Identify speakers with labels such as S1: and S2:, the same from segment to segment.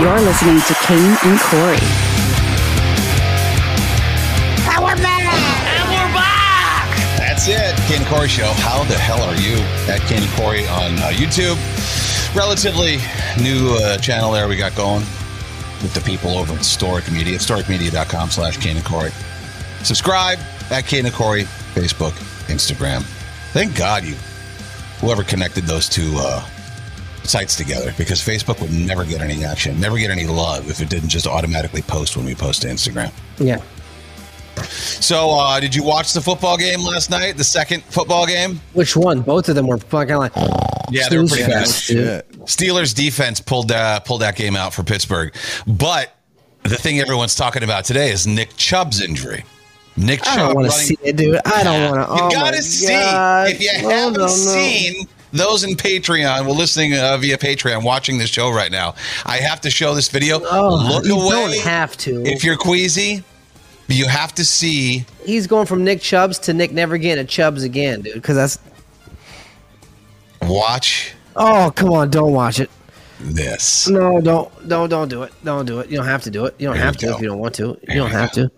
S1: You're listening to Kane and Corey.
S2: That's it. Ken Corey Show. How the hell are you? At Ken Corey on uh, YouTube. Relatively new uh, channel there we got going with the people over at Historic Media. Historicmedia.com slash Ken and Corey. Subscribe at Ken and Corey, Facebook, Instagram. Thank God you, whoever connected those two uh, sites together because Facebook would never get any action, never get any love if it didn't just automatically post when we post to Instagram.
S3: Yeah.
S2: So, uh, did you watch the football game last night? The second football game?
S3: Which one? Both of them were fucking like.
S2: Yeah, they were pretty fast.
S3: Dude.
S2: Steelers defense pulled uh, pulled that game out for Pittsburgh. But the thing everyone's talking about today is Nick Chubb's injury. Nick
S3: I
S2: Chubb.
S3: don't want to
S2: running-
S3: see it, dude. I don't want to.
S2: You
S3: oh
S2: gotta
S3: my Oh,
S2: see
S3: God.
S2: if you
S3: I
S2: haven't
S3: don't know.
S2: seen those in Patreon. Well, listening uh, via Patreon, watching this show right now. I have to show this video.
S3: Oh,
S2: Look
S3: you
S2: away.
S3: don't have to.
S2: If you're queasy, you have to see.
S3: He's going from Nick Chubbs to Nick never getting a Chubbs again, dude. Because that's.
S2: Watch
S3: Oh come on! Don't watch it.
S2: this.
S3: No, don't, don't, don't do it. Don't do it. You don't have to do it. You don't
S2: Here
S3: have
S2: we
S3: to
S2: go.
S3: if you don't want to. You
S2: Here
S3: don't
S2: we
S3: have
S2: go.
S3: to.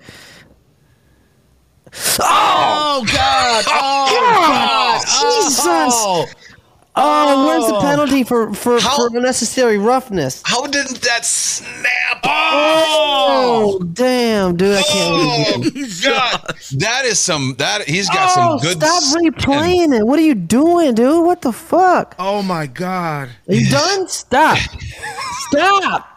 S3: Oh God! Oh God! Jesus! Oh, where's the penalty for for,
S2: How-
S3: for unnecessary roughness?
S2: How didn't that snap?
S3: Oh damn, dude! I can't. believe
S2: Oh
S3: you.
S2: God, that is some that he's got
S3: Oh,
S2: some good.
S3: stop
S2: skin.
S3: replaying it! What are you doing, dude? What the fuck?
S4: Oh my god.
S3: Are you done? Stop. Stop.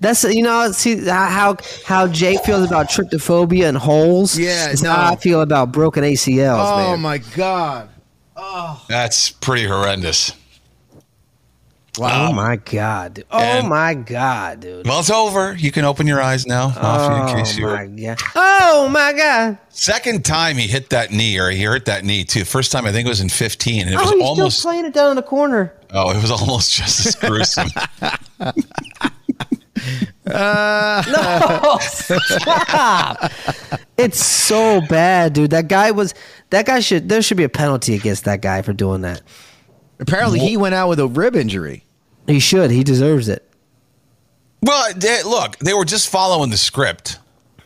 S3: That's you know see how how Jay feels about tryptophobia and holes.
S4: Yeah,
S3: is how
S4: no.
S3: I feel about broken ACLs,
S4: Oh
S3: man.
S4: my god.
S2: That's pretty horrendous.
S3: Oh my god, dude. Oh
S2: And-
S3: my god, dude.
S2: Well, it's over. You can open your eyes now. Off in
S3: Oh
S2: case you
S3: my
S2: were-
S3: god. Oh my god.
S2: Second time he hit that knee, or he hurt that knee too. First time I think it was in fifteen, and it
S3: Oh,
S2: was
S3: he's
S2: almost
S3: still playing it down in the corner.
S2: oh, it was almost just as gruesome.
S3: Oh, stop. it's so bad, dude. That guy was. That guy should. There should be a penalty against that guy for doing that.
S5: Apparently, he went out with a rib injury.
S3: He should. He deserves it.
S2: well, they, look, they were just following the script.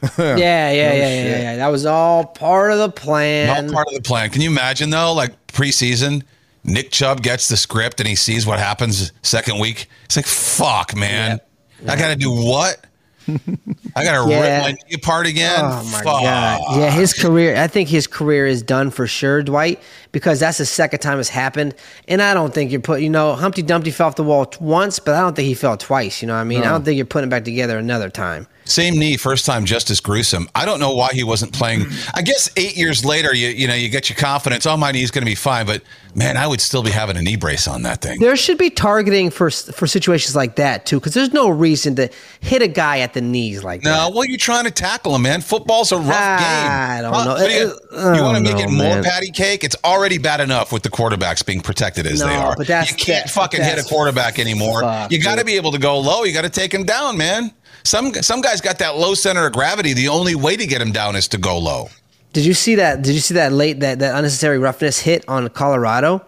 S3: Yeah, yeah, yeah, yeah, yeah, yeah. That was all part of the plan.
S2: Not part of the plan. Can you imagine though? Like preseason, Nick Chubb gets the script and he sees what happens second week. It's like, fuck, man. I gotta do what? I gotta
S3: Yeah.
S2: rip my knee apart again.
S3: Oh my
S2: Fuck.
S3: god! Yeah, his career. I think his career is done for sure, Dwight, because that's the second time it's happened. And I don't think you're put. You know, Humpty Dumpty fell off the wall t- once, but I don't think he fell twice. You know, what I mean, I don't think you're putting it back together another time.
S2: Same knee, first time, just as gruesome. I don't know why he wasn't playing. I guess eight years later, you you know, you get your confidence. Oh, my knee's gonna be fine, but man, I would still be having a knee brace on that thing.
S3: There should be targeting for s- for situations like that too, because there's no reason to hit a guy at the knees like
S2: No,
S3: that.
S2: well, you're trying to tackle him, man. Football's a rough
S3: Ah, I
S2: game.
S3: don't
S2: Huh?
S3: know.
S2: What do you
S3: I
S2: want
S3: don't
S2: to make it
S3: know,
S2: more
S3: man.
S2: patty cake? It's already bad enough with the quarterbacks being protected as
S3: No,
S2: they are.
S3: but that's-
S2: you can't
S3: that-
S2: fucking hit a
S3: that's
S2: quarterback anymore.
S3: fucked,
S2: you got to
S3: dude.
S2: be able to go low. You got to take him down, man. Some some guys got that low center of gravity. The only way to get him down is to go low.
S3: Did you see that? Did you see that late that, that unnecessary roughness hit on Colorado?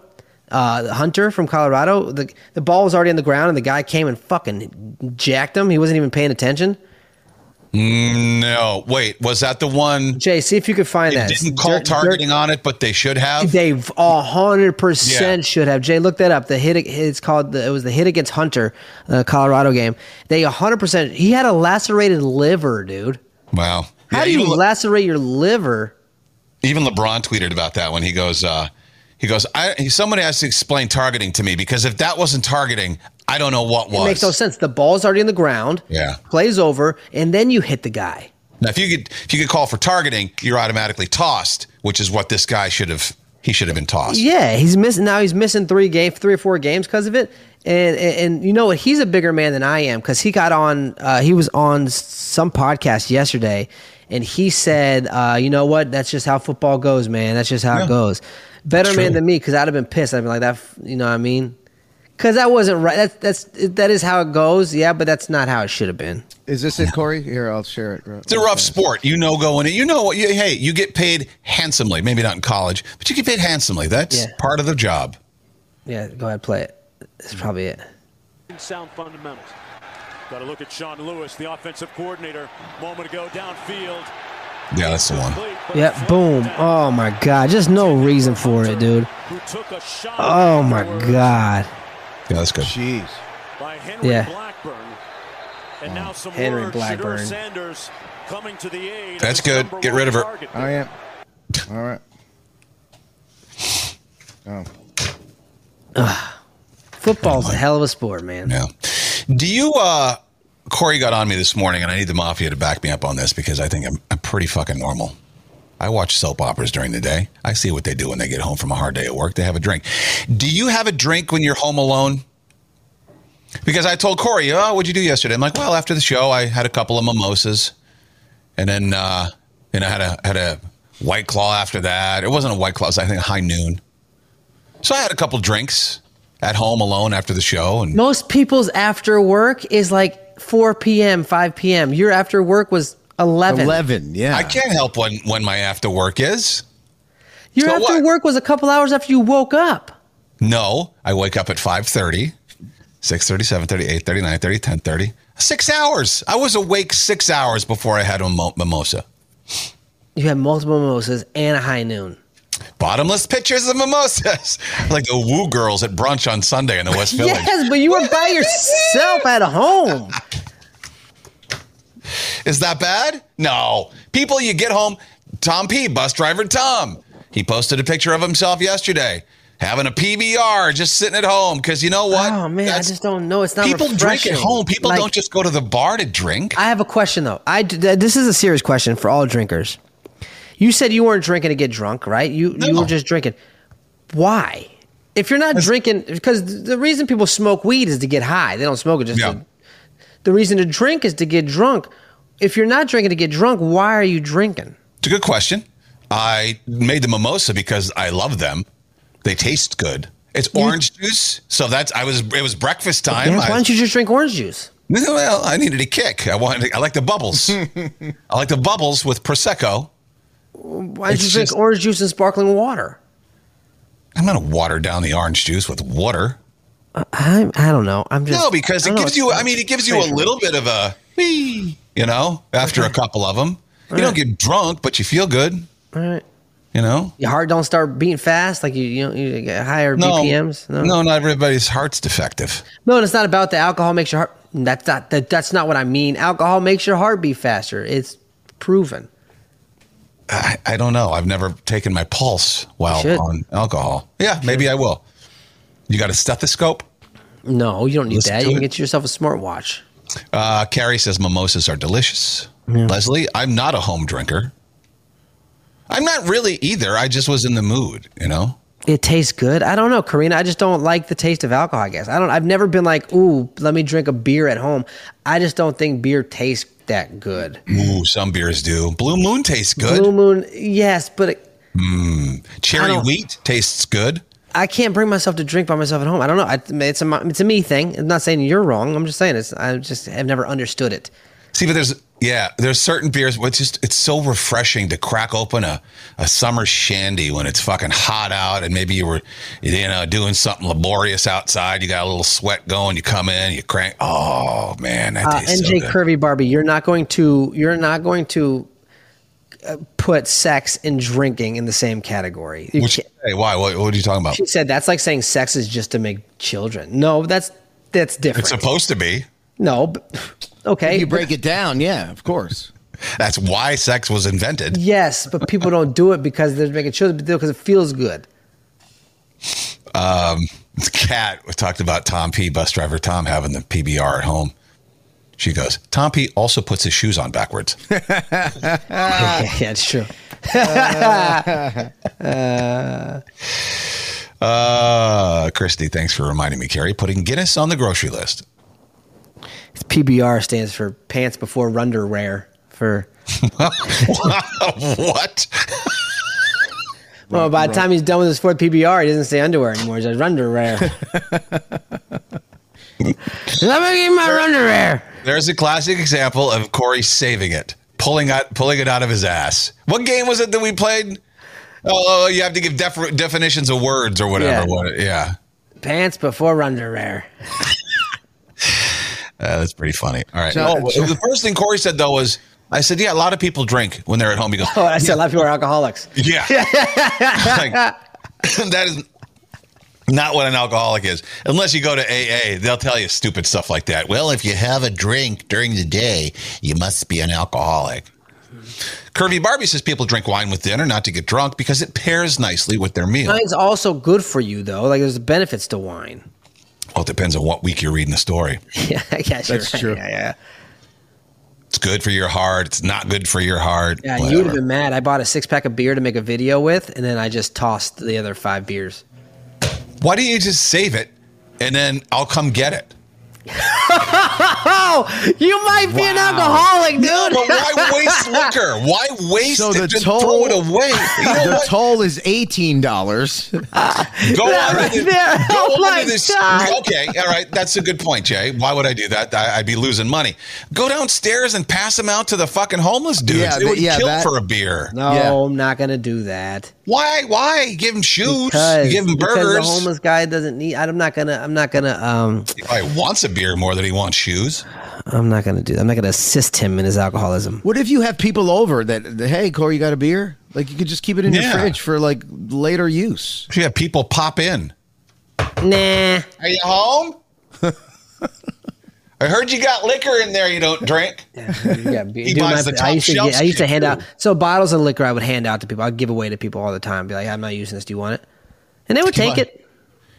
S3: Uh, Hunter from Colorado. The the ball was already on the ground, and the guy came and fucking jacked him. He wasn't even paying attention.
S2: No, wait, was that the one?
S3: Jay, see if you could find
S2: They
S3: that.
S2: didn't call
S3: Dirt-
S2: targeting
S3: dirt-
S2: on it, but they should have.
S3: They a hundred
S2: Yeah.
S3: percent should have. Jay, look that up. The hit. It's called. The, it was the hit against Hunter, the Colorado game. They a hundred percent. He had a lacerated liver, dude.
S2: wow.
S3: How
S2: Yeah,
S3: do you
S2: even Le-
S3: lacerate your liver?
S2: even LeBron tweeted about that when he goes, uh, he goes, I, somebody has to explain targeting to me because if that wasn't targeting, I don't know what was.
S3: It makes no sense. The ball's already in the ground.
S2: Yeah.
S3: Plays over, and then you hit the guy.
S2: Now, if you could, if you could call for targeting, you're automatically tossed, which is what this guy should have. He should have been tossed.
S3: Yeah, he's missing now. He's missing three game, three or four games because of it. And, and and you know what? He's a bigger man than I am because he got on. Uh, he was on s- some podcast yesterday, and he said, uh, "You know what? That's just how football goes, man. That's just how it goes." Better man
S2: true.
S3: than me because I'd have been pissed. I'd been like that. f- You know what I mean? Because that wasn't right. That's that's that is how it goes. Yeah, but that's not how it should have been.
S5: Is this it, Corey? Here, I'll share it.
S2: It's a rough sport, you know. Going in, you know what? You, hey, you get paid handsomely. Maybe not in college, but you get paid handsomely. That's
S3: Yeah.
S2: part of the job.
S3: Yeah, go ahead, play it. That's probably it.
S6: sound fundamentals.
S4: Got to look at Sean Lewis, the offensive coordinator. Moment ago, downfield.
S2: Yeah, that's the one.
S4: Complete, but
S3: Yep, boom. Oh my god, just no reason for it, dude.
S4: Who took a shot
S3: Oh my
S4: afterwards
S3: god.
S2: Yeah, that's good.
S5: Jeez.
S4: By Henry
S3: Yeah. Oh,
S4: Blackburn. And now some
S3: Henry
S4: word, Shadur
S3: Blackburn.
S4: Sanders coming to the aid. of
S2: That's
S4: his
S2: good.
S4: number
S2: Get
S4: one
S2: rid of her.
S4: target.
S5: I am. All right. Oh.
S3: Football's a hell of a sport, man.
S2: Yeah. Do you, uh, Corey got on me this morning, and I need the mafia to back me up on this because I think I'm, I'm pretty fucking normal. I watch soap operas during the day. I see what they do when they get home from a hard day at work. They have a drink. Do you have a drink when you're home alone? Because I told Corey, oh, what'd you do yesterday? I'm like, well, after the show, I had a couple of mimosas, and then uh, and I had a had a white claw after that. It wasn't a white claw; it was, I think a high noon. So I had a couple drinks at home alone after the show, and
S3: Most people's after work is like 4 p.m., 5 p.m. Your after work was 11.
S5: 11, yeah.
S2: I can't help when when my after work is.
S3: Your
S2: So
S3: after
S2: what?
S3: work was a couple hours after you woke up.
S2: No, I wake up at 5.30, 6.30, 7.30, 8.30, 9.30, 10.30. Six hours. I was awake six hours before I had a mo- mimosa.
S3: You had multiple mimosas and a high noon.
S2: Bottomless pitchers of mimosas. like the woo girls at brunch on Sunday in the West Village.
S3: Yes, but you were by yourself at home.
S2: Is that bad? No. People, you get home. Tom P, bus driver Tom. He posted a picture of himself yesterday having a PBR, just sitting at home. Because you know what?
S3: Oh man,
S2: That's-
S3: I just don't know. It's not
S2: People drink
S3: refreshing.
S2: at home. People
S3: Like,
S2: don't just go to the bar to drink.
S3: I have a question though. I d- th- this is a serious question for all drinkers. You said you weren't drinking to get drunk, right? You you
S2: No.
S3: were just drinking. Why? If you're not drinking, because the reason people smoke weed is to get high. They don't smoke it just.
S2: Yeah.
S3: To, the reason to drink is to get drunk. If you're not drinking to get drunk, why are you drinking?
S2: It's a good question. I made the mimosa because I love them. They taste good. It's orange juice, so that's I was. It was breakfast time.
S3: Why
S2: I,
S3: don't you just drink orange juice?
S2: well, I needed a kick. I wanted. I like the bubbles. I like the bubbles with prosecco.
S3: Why don't you
S2: It's
S3: drink
S2: just-
S3: orange juice and sparkling water?
S2: I'm gonna water down the orange juice with water.
S3: I I don't know. I'm just
S2: No, because
S3: I
S2: it
S3: don't know.
S2: gives you. I mean, it gives you a little bit of a. "Wee," You know, after a couple of them, you don't get drunk, but you feel good.
S3: All right.
S2: You know.
S3: Your heart don't start beating fast, like you you, know, you get higher BPMs.
S2: no, not everybody's heart's defective.
S3: No, and it's not about the alcohol makes your heart. That's not that, That's not what I mean. Alcohol makes your heart beat faster. It's proven.
S2: I, I don't know. I've never taken my pulse while
S3: should.
S2: on alcohol. Yeah, maybe I will. You got a stethoscope?
S3: No, you don't need
S2: Listen
S3: that.
S2: to
S3: You can
S2: it.
S3: get yourself a smartwatch.
S2: Uh, Carrie says mimosas are delicious. Leslie, I'm not a home drinker. I'm not really either. I just was in the mood, you know?
S3: It tastes good. I don't know, Karina. I just don't like the taste of alcohol. I guess I don't. I've never been like, ooh, let me drink a beer at home. I just don't think beer tastes that good.
S2: Ooh, some beers do. Blue Moon tastes good.
S3: Blue Moon, yes, but it, I
S2: Cherry
S3: don't-
S2: wheat tastes good.
S3: I can't bring myself to drink by myself at home. I don't know. I, it's a it's a me thing. I'm not saying you're wrong. I'm just saying it's. I just have never understood it.
S2: See, but there's yeah, there's certain beers. It's just it's so refreshing to crack open a a summer shandy when it's fucking hot out, and maybe you were you know doing something laborious outside. You got a little sweat going. You come in, you crank. Oh man, that
S3: uh,
S2: tastes
S3: NJ
S2: so good.
S3: Curvy Barbie, you're not going to you're not going to uh, put sex and drinking in the same category. You
S2: Which,
S3: can't-
S2: hey, why? What, what are you talking about?
S3: she said that's like saying sex is just to make children. No, that's that's different.
S2: It's supposed to be.
S3: no, b- okay.
S5: You break it down, yeah, of course.
S2: That's why sex was invented.
S3: yes, but people don't do it because they're making children, but because it feels good.
S2: Cat talked about Tom P. Bus driver Tom having the PBR at home. She goes. Tom P. also puts his shoes on backwards.
S3: yeah, it's true.
S2: Uh, Christy, thanks for reminding me, Carrie. Putting Guinness on the grocery list.
S3: It's PBR stands for pants before runderwear. For
S2: what?
S3: well, by the time he's done with his fourth PBR, he doesn't say underwear anymore. He says runderwear. Let me get my runderwear.
S2: There's a classic example of Corey saving it, pulling out, pulling it out of his ass. What game was it that we played? Oh, you have to give def- definitions of words or
S3: Yeah.
S2: whatever. What- Yeah.
S3: Pants before underwear.
S2: Uh, that's pretty funny. All right.
S5: So-
S2: oh, the first thing Corey said though was, I said, yeah, a lot of people drink when they're at home. He goes,
S3: Oh, I said a lot of people are alcoholics.
S2: yeah. Like, that is not what an alcoholic is. Unless you go to AA, they'll tell you stupid stuff like that. Well, if you have a drink during the day, you must be an alcoholic. Curvy Barbie says people drink wine with dinner not to get drunk because it pairs nicely with their meal.
S3: Wine's also good for you though. Like there's benefits to wine.
S2: Well, it depends on what week you're reading the story.
S3: yeah, I guess you're
S5: That's
S3: right.
S5: true.
S3: Yeah, yeah.
S2: It's good for your heart. It's not good for your heart.
S3: Yeah, you would have
S2: whatever.
S3: been mad. I bought a six pack of beer to make a video with, and then I just tossed the other five beers.
S2: Why don't you just save it and then I'll come get it?
S3: Oh, you might be an alcoholic, dude.
S2: But why waste liquor? Why waste
S5: So the
S2: it? Just
S5: toll-
S2: throw it away. You know
S5: the
S2: what?
S5: toll is eighteen dollars.
S2: Go
S3: That
S2: on
S3: right
S2: to the-
S3: there.
S2: go
S3: Oh
S2: on
S3: my
S2: to this-
S3: God.
S2: Okay, all right. That's a good point, Jay. Why would I do that? I, would be losing money. Go downstairs and pass them out to the fucking homeless dudes.
S5: Yeah,
S2: they
S5: but-
S2: would
S5: yeah,
S2: kill
S5: that-
S2: for a beer.
S3: No,
S5: Yeah.
S3: I'm not gonna do that.
S2: Why? Why give them shoes? You give them
S3: because the
S2: burgers.
S3: homeless guy doesn't need. I'm not gonna. I'm not gonna. Um,
S2: He probably wants a beer more than he wants shoes.
S3: I'm not gonna do. that. I'm not gonna assist him in his alcoholism.
S5: What if you have people over that? that, Hey, Corey, you got a beer? Like you could just keep it in
S2: Yeah.
S5: your fridge for like later use.
S2: You have people pop in.
S3: Nah.
S2: Are you home? I heard you got liquor in there. You don't drink.
S3: Yeah, beer.
S2: He
S3: Dude,
S2: buys
S3: my-
S2: the
S3: I
S2: top
S3: used to,
S2: shelf
S3: get- I used to
S2: shit,
S3: hand out
S2: too.
S3: so bottles of liquor. I would hand out to people. I'd give away to people all the time. Be like, I'm not using this. Do you want it? And they would
S2: Come
S3: take
S2: on.
S3: it.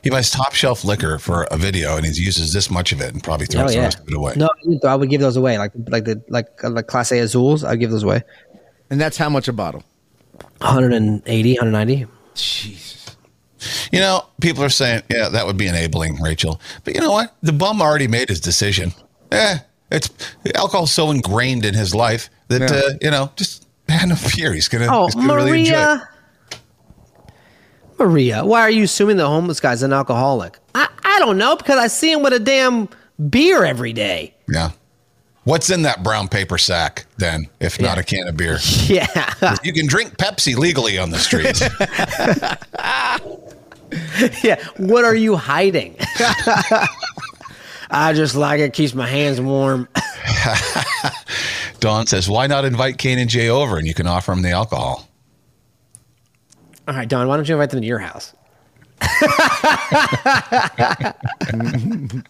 S2: He buys top shelf liquor for a video, and he uses this much of it, and probably
S3: Oh
S2: throws the
S3: yeah.
S2: rest of it away.
S3: No, I would- I would give those away. Like like the like like Class A Azules. I'd give those away.
S5: And that's how much a bottle.
S3: 180, 190.
S5: Jesus.
S2: You know, people are saying, yeah, that would be enabling, Rachel. But you know what? The bum already made his decision. Eh, it's alcohol's so ingrained in his life that
S5: Yeah.
S2: uh, you know, just had enough beer. He's gonna,
S3: Oh,
S2: he's gonna really enjoy it.
S3: Maria. Maria, why are you assuming the homeless guy's an alcoholic? I, I don't know because I see him with a damn beer every day.
S2: Yeah. What's in that brown paper sack then, if not a can of beer?
S3: Yeah.
S2: you can drink Pepsi legally on the streets.
S3: yeah. What are you hiding? I just like it keeps my hands warm.
S2: Dawn says, why not invite Kane and Jay over and you can offer them the alcohol?
S3: All right, Don, why don't you invite them to your house?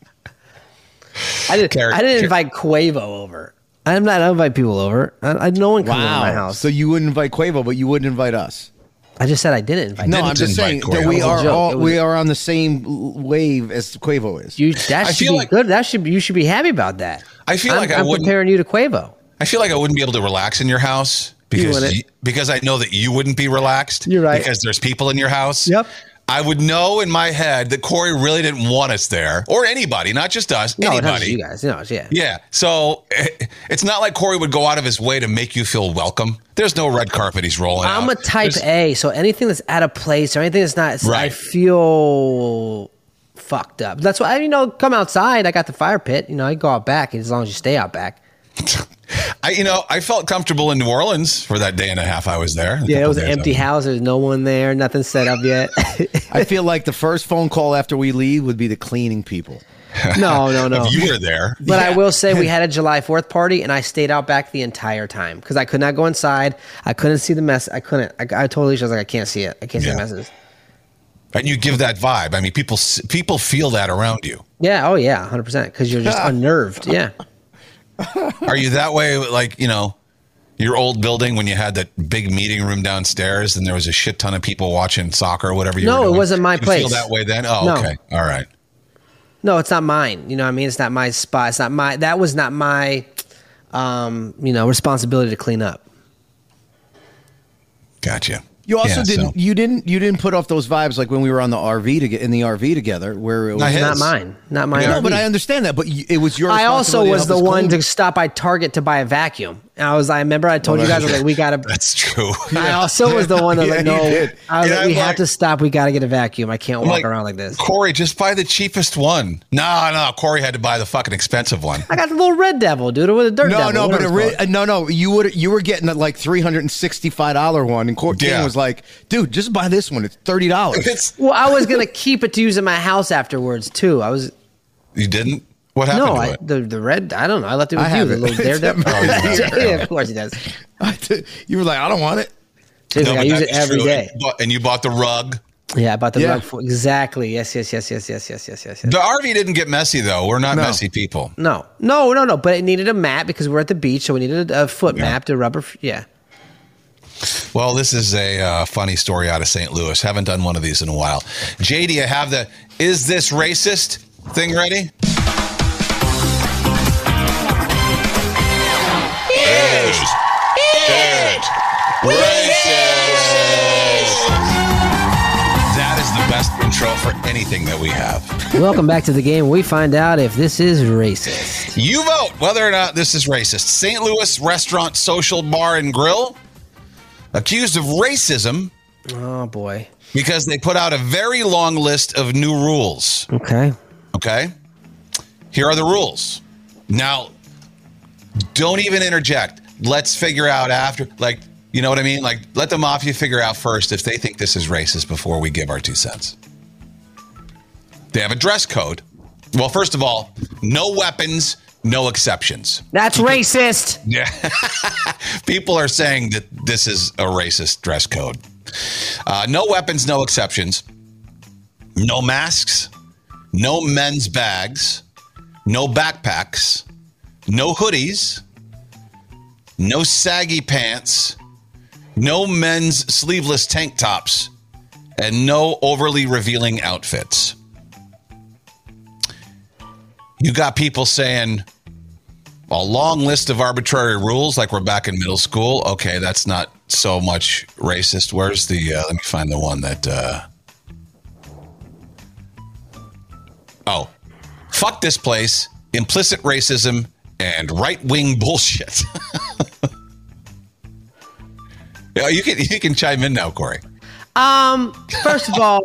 S3: I didn't,
S2: Carrot-
S3: I didn't
S2: carrot.
S3: invite Quavo over. I'm not I don't invite people over. I, I no one comes over to my house.
S5: So you wouldn't invite Quavo, but you wouldn't invite us.
S3: I just said I didn't invite.
S5: No,
S2: didn't
S5: I'm just
S2: invite
S5: saying
S2: Corey.
S5: that
S2: That
S5: we
S2: was a
S5: are
S3: joke.
S5: all,
S3: It was-
S5: we are on the same l- wave as Quavo is.
S3: You that
S2: I
S3: should
S2: feel
S3: be
S2: like-
S3: good. That should be, you should be happy about that.
S2: I feel
S3: I'm,
S2: like I
S3: am
S2: wouldn't-
S3: comparing you to Quavo.
S2: I feel like I wouldn't be able to relax in your house because
S3: wouldn't.
S2: y- because I know that you wouldn't be relaxed.
S3: You're right.
S2: Because there's people in your house.
S3: Yep.
S2: I would know in my head that Corey really didn't want us there, or anybody, not just us,
S3: No, it helps
S2: anybody.
S3: you guys. No, it's- yeah.
S2: Yeah. So eh, it's not like Corey would go out of his way to make you feel welcome. There's no red carpet he's rolling.
S3: I'm a
S2: out.
S3: type
S2: There's-
S3: A, so anything that's out of place or anything that's not, it's- I
S2: Right.
S3: feel fucked up. That's why you know, come outside. I got the fire pit. You know, I go out back as long as you stay out back.
S2: I, you know, I felt comfortable in New Orleans for that day and a half I was there.
S3: Yeah, it was an
S2: Couple days
S3: empty
S2: I-
S3: house. There's no one there. Nothing set up yet.
S5: I feel like the first phone call after we leave would be the cleaning people.
S3: no, no, no.
S2: If you were there.
S3: But I will say we had a July 4th party and I stayed out back the entire time because I could not go inside. I couldn't see the mess. I couldn't. I, I told Alicia, I was like, I can't see it. I can't see
S2: Yeah.
S3: the messages.
S2: And you give that vibe. I mean, people s- people feel that around you.
S3: Yeah. Oh, yeah. 100%. Because you're just unnerved. Yeah.
S2: Are you that way? Like you know, your old building when you had that big meeting room downstairs, and there was a shit ton of people watching soccer, or whatever. You
S3: No,
S2: were
S3: it
S2: doing?
S3: wasn't my
S2: you Feel
S3: place.
S2: that way then? Oh,
S3: No.
S2: okay, all right.
S3: No, it's not mine. You know what I mean? It's not my spot. It's not my, that was not my, um, you know, responsibility to clean up.
S2: Gotcha.
S5: You also
S2: Yeah, so-
S5: didn't you didn't you didn't put off those vibes like when we were on the RV to get in the RV together where it was
S2: I had-
S3: Not
S2: Yes.
S3: mine. Not my
S2: Yeah.
S5: No,
S3: RV.
S5: but I understand that, but you, it was your
S3: I also
S5: responsibility
S3: was
S5: to
S3: the
S5: help us
S3: one
S5: clean.
S3: to stop by Target to buy a vacuum. And I was, I remember I told you guys, I was like, we got to,
S2: That's true.
S3: I also was the one that
S5: Yeah,
S3: like,
S5: you
S3: no,
S5: did.
S3: I was
S2: Yeah,
S3: like,
S2: I'm
S3: we have
S2: like-
S3: to stop. We got to get a vacuum. I can't
S2: I'm
S3: walk around like this.
S2: Corey, just buy the cheapest one. No, no, Corey had to buy the fucking expensive one.
S3: I got the little red devil, dude, with a dirt devil.
S5: No, no, but
S3: whatever
S5: it
S3: it's
S5: re-
S3: called.
S5: no, no. You would you were getting that like three hundred and sixty five dollar one, and Court
S2: Yeah.
S5: King was like, "Dude, just buy this one. It's thirty dollars."
S2: It's
S3: well, I was gonna keep it to use in my house afterwards too. I was
S2: you didn't. What happened
S3: No,
S2: to
S3: I,
S2: it?
S3: the the red. I don't know. I left it with
S5: I
S3: you.
S5: have
S3: The
S5: it.
S3: little
S5: It's in
S3: daredevil.
S5: my
S3: Oh, yeah, of course he does.
S5: you were like, I don't want it.
S3: She's
S2: No,
S3: like, I
S2: but
S3: use
S2: that
S3: it
S2: is
S3: every
S2: true.
S3: day.
S2: And you bought- and you bought the rug.
S3: Yeah, about the
S5: Yeah.
S3: rug. For, exactly. Yes. Yes. Yes. Yes. Yes. Yes. Yes. Yes. yes.
S2: The RV didn't get messy though. We're not
S5: No.
S2: messy people.
S3: No. No. No. No. But it needed a map because we're at the beach, so we needed a, a foot
S2: Yeah.
S3: map to rubber. Yeah.
S2: Well, this is a uh, funny story out of St. Louis. Haven't done one of these in a while. Jay, do you have the "Is this racist?" thing ready? Is it racist? That is the best intro for anything that we have.
S3: Welcome back to the game. We find out if this is racist.
S2: You vote whether or not this is racist. St. Louis restaurant, social bar, and grill accused of racism
S3: Oh boy.
S2: because they put out a very long list of new rules.
S3: Okay.
S2: Okay. Here are the rules. Now, don't even interject. Let's figure out after, like, you know what I mean? Like, let the mafia figure out first if they think this is racist before we give our two cents. They have a dress code. Well, first of all, no weapons, no exceptions.
S3: That's racist.
S2: Yeah. People are saying that this is a racist dress code. Uh, no weapons, no exceptions. No masks, no men's bags, no backpacks, no hoodies, no saggy pants, no men's sleeveless tank tops, and no overly revealing outfits. You got people saying, a long list of arbitrary rules like we're back in middle school okay that's not so much racist where's the uh, let me find the one that uh oh fuck this place implicit racism and right-wing bullshit yeah you can you can chime in now corey
S3: Um. First of all,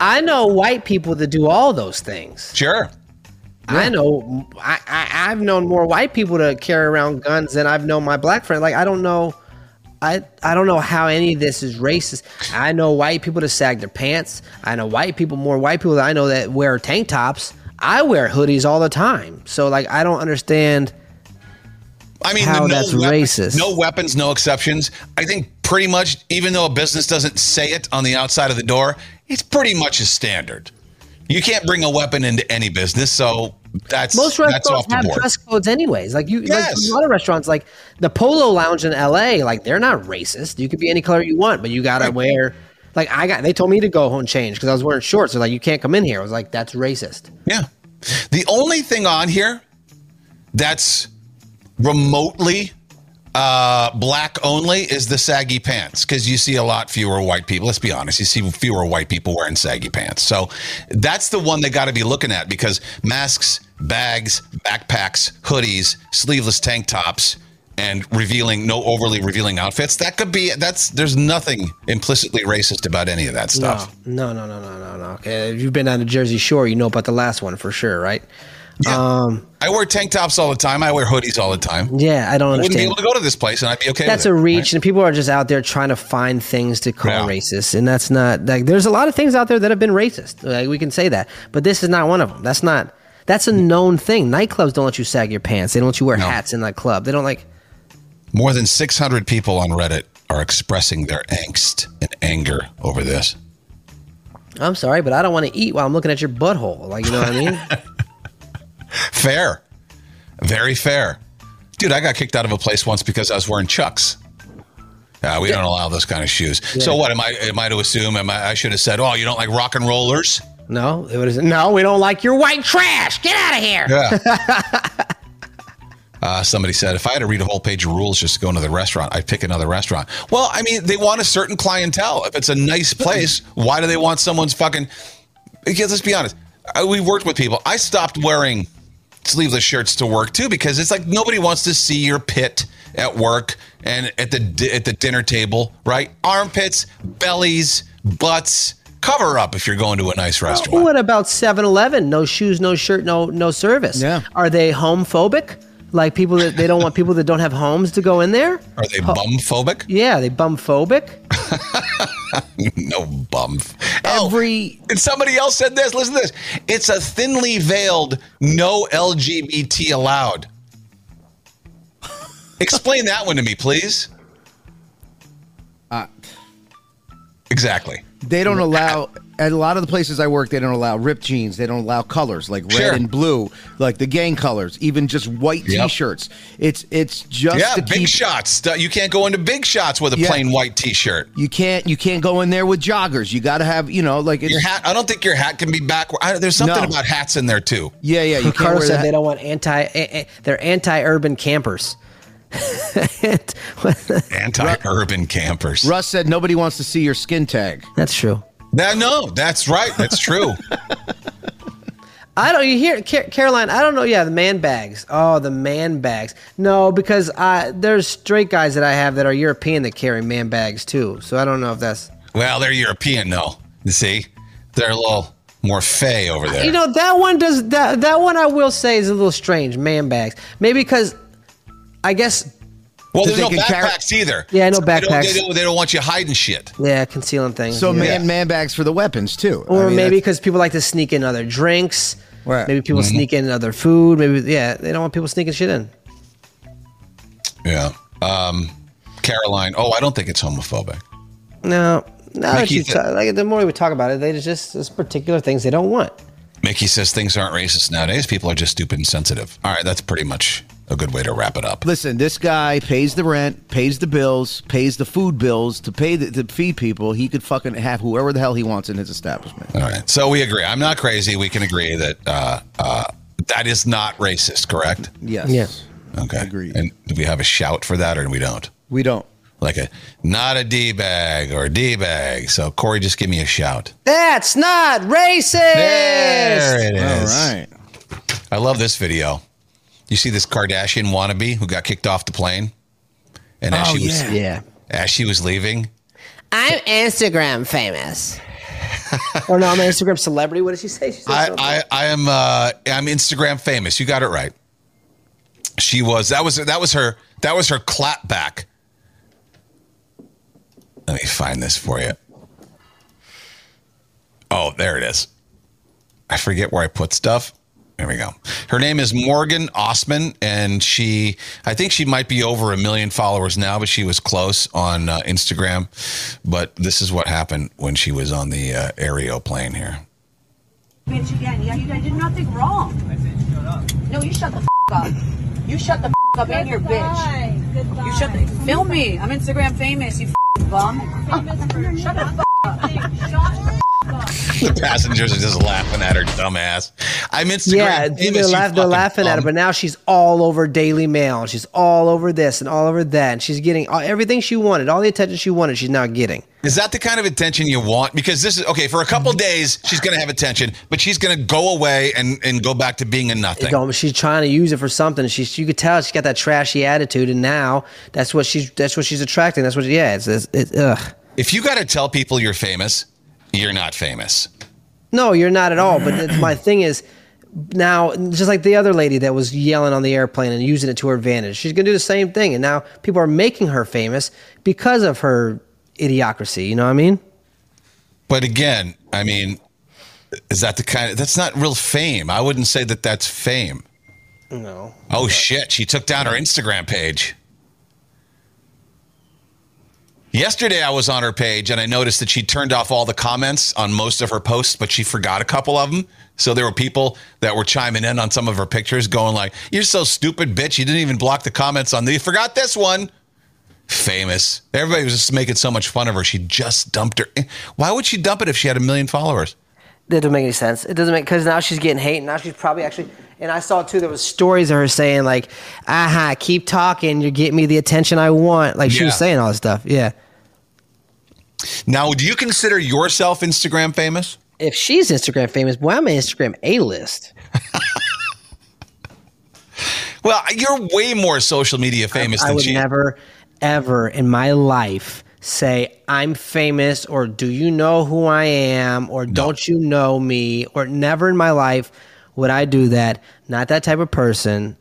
S3: I know white people that do all those things.
S2: sure
S3: I know. I, I I've known more white people to carry around guns than I've known my black friend. Like I don't know. I, I don't know how any of this is racist. I know white people that sag their pants. I know white people, more white people that I know that wear tank tops. I wear hoodies all the time. So, like, I don't understand.
S2: I mean,
S3: How that's racist.
S2: No weapons, no exceptions. I think pretty much, even though a business doesn't say it on the outside of the door, it's pretty much a standard. You can't bring a weapon into any business, so that's
S3: Most
S2: that's off
S3: restaurants
S2: the
S3: have
S2: board.
S3: dress codes, anyways. Like you,
S2: Yes.
S3: like a lot of restaurants, like the Polo Lounge in L.A., like they're not racist. You could be any color you want, but you gotta wear. Like I got, they told me to go home and change because I was wearing shorts. They're like, you can't come in here. I was like, that's racist.
S2: yeah. The only thing on here that's remotely uh, black only is the saggy pants because you see a lot fewer white people. Let's be honest, you see fewer white people wearing saggy pants. So that's the one they got to be looking at because masks, bags, backpacks, hoodies, sleeveless tank tops, and revealing no overly revealing outfits. That could be that's there's nothing implicitly racist about any of that stuff.
S3: No, no, no, no, no, no. Okay, if you've been down to Jersey Shore, you know about the last one for sure, right?
S2: I wear tank tops all the time. I wear hoodies all the time.
S3: Yeah, I don't
S2: I wouldn't be
S3: understand.
S2: able to go to this place, and I'd be okay.
S3: that's
S2: with
S3: a
S2: it, right?
S3: reach, and people are just out there trying to find things to call
S2: Yeah.
S3: racist, and that's not like there's a lot of things out there that have been racist. Like we can say that, but this is not one of them. That's not that's a known thing. Nightclubs don't let you sag your pants. They don't let you wear
S2: Mm. No.
S3: hats in that club. They don't like.
S2: More than 600 people on Reddit are expressing their angst and anger over this.
S3: I'm sorry, but I don't want to eat while I'm looking at your butthole. Like you know what I mean?
S2: Fair. Very fair. Dude, I got kicked out of a place once because I was wearing Chucks. Uh, we don't allow those kind of shoes. So what am I am I to assume am I I should have said, "Oh, you don't like rock and rollers?"
S3: no, it was no. We don't like your white trash. Get out of here.
S2: Yeah. uh, somebody said, if I had to read a whole page of rules just to go into the restaurant, I'd pick another restaurant. Well, I mean, they want a certain clientele. If it's a nice place, why do they want someone's fucking. Because let's be honest, I, we worked with people. I stopped wearing sleeveless shirts to work too because it's like nobody wants to see your pit at work and at the di- at the dinner table, right? Armpits, bellies, butts. Cover up if you're going to a nice restaurant.
S3: What about 7-Eleven? No shoes, no shirt, no no service.
S5: Yeah.
S3: Are they homophobic? like people that they don't want people that don't have homes to go in there.
S2: Are they bum phobic?
S3: Yeah, they bum phobic.
S2: No bum.
S5: Every-
S2: oh, and somebody else said this. Listen to this. It's a thinly veiled no LGBT allowed. Explain that one to me, please.
S5: Uh,
S2: Exactly.
S5: They don't allow at a lot of the places I work. They don't allow ripped jeans. They don't allow colors like red
S2: Sure.
S5: and blue, like the gang colors. Even just white
S2: Yep.
S5: T-shirts. It's it's just
S2: Yeah,
S5: to
S2: big
S5: keep-
S2: shots. You can't go into big shots with a
S5: Yeah.
S2: plain white T-shirt.
S5: You can't you can't go in there with joggers. You got to have you know like it's,
S2: Your hat. I don't think your hat can be backward. I, there's something
S5: No.
S2: about hats in there too.
S5: yeah yeah. You can't
S3: Carter
S5: wear
S3: said
S5: that.
S3: they don't want anti. A, a- they're anti-urban campers.
S2: Anti-urban campers.
S5: Russ said nobody wants to see your skin tag.
S3: That's true.
S2: That- no, that's right. That's true.
S3: I don't. You hear Car- Caroline? I don't know. Yeah, the man bags. Oh, the man bags. No, because I there's straight guys that I have that are European that carry man bags too. So I don't know if that's.
S2: well, they're European though. You see, they're a little more fey over there.
S3: You know that one does that. That one I will say is a little strange. Man bags. Maybe because I guess
S2: well,
S5: that
S2: there's no
S5: they can carry-
S2: backpacks either.
S3: Yeah, no
S2: So they don't-
S3: backpacks.
S2: They don't, they don't want you hiding shit.
S3: yeah, concealing things.
S5: So
S3: yeah.
S5: man man bags for the weapons too. I
S3: or
S5: mean,
S3: maybe
S5: that's-
S3: because people like to sneak in other drinks.
S5: Right.
S3: Maybe people
S2: Mm-hmm.
S3: sneak in other food. Maybe yeah, they don't want people sneaking shit in.
S2: Yeah. Um, Caroline. Oh, I don't think it's homophobic.
S3: No, no.
S2: Like you
S3: Like
S2: said-
S3: like the more we talk about it, they just there's particular things they don't want.
S2: Mickey says things aren't racist nowadays. People are just stupid and sensitive. All right, that's pretty much a good way to wrap it up.
S5: Listen, this guy pays the rent, pays the bills, pays the food bills to pay the, to feed people. He could fucking have whoever the hell he wants in his establishment.
S2: All right. So we agree. I'm not crazy. We can agree that uh, uh, that is not racist, correct?
S5: Yes.
S3: Yeah.
S2: Okay.
S5: Agreed.
S2: And do we have a shout for that or we don't?
S5: We don't.
S2: Like a not a D bag or a D bag. So Corey, just give me a shout.
S3: That's not racist.
S2: There it is.
S5: All right.
S2: I love this video. You see this Kardashian wannabe who got kicked off the plane? And as
S5: Oh,
S2: she was
S5: yeah.
S3: Yeah.
S2: as she was leaving,
S3: I'm Instagram famous. or no, I'm an Instagram celebrity. What did she say? She said
S2: I,
S3: something.
S2: I, I am uh, I'm Instagram famous. You got it right. She was that was that was her that was her clap back. Let me find this for you. Oh, there it is. I forget where I put stuff. There we go. Her name is Morgan Osman, and she, I think she might be over a million followers now, but she was close on uh, Instagram. But this is what happened when she was on the uh, Aereo plane here.
S6: bitch again. Yeah, you guys did nothing wrong. I said shut up. No, you shut the f- up. You shut the f- up and your bitch. You shut the film me. I'm Instagram famous. You f- bum. Shut the f-
S2: the passengers are just laughing at her dumb ass. I'm Instagram.
S3: yeah,
S2: famous,
S3: they're,
S2: you
S3: laugh, they're
S2: fucking
S3: laughing at her,
S2: bum.
S3: but now she's all over Daily Mail. and She's all over this and all over that. And she's getting all, everything she wanted, all the attention she wanted, she's now getting.
S2: Is that the kind of attention you want? Because this is okay for a couple
S3: Mm-hmm.
S2: days. She's going to have attention, but she's going to go away and and go back to being a nothing.
S3: Don't- She's trying to use it for something. She's you could tell she's got that trashy attitude, and now that's what she's that's what she's attracting. That's what yeah. It's, it's, it's ugh.
S2: If you got to tell people you're famous, you're not famous.
S3: No, you're not at all. But that's my thing is now, just like the other lady that was yelling on the airplane and using it to her advantage, she's going to do the same thing. And now people are making her famous because of her idiocracy. You know what I mean?
S2: But again, I mean, is that the kind? Of, that's not real fame. I wouldn't say that that's fame.
S3: No.
S2: Oh shit, she took down her Instagram page. Yesterday I was on her page and I noticed that she turned off all the comments on most of her posts, but she forgot a couple of them. So there were people that were chiming in on some of her pictures going like, "You're so stupid, bitch. You didn't even block the comments on the You forgot this one." Famous. Everybody was just making so much fun of her. She just dumped her. Why would she dump it if she had a million followers?
S3: That doesn't make any sense. It doesn't make because now she's getting hate, and now she's probably actually. And I saw too there was stories of her saying like, "Aha, keep talking, you're getting me the attention I want." Like she was
S2: Yeah.
S3: saying all this stuff. Yeah.
S2: Now, do you consider yourself Instagram famous?
S3: If she's Instagram famous, well, I'm an Instagram A list.
S2: Well, you're way more social media famous
S3: I
S2: than
S3: would
S2: she.
S3: never, ever in my life say I'm famous or do you know who I am or don't you know me or never in my life would I do that. Not that type of person.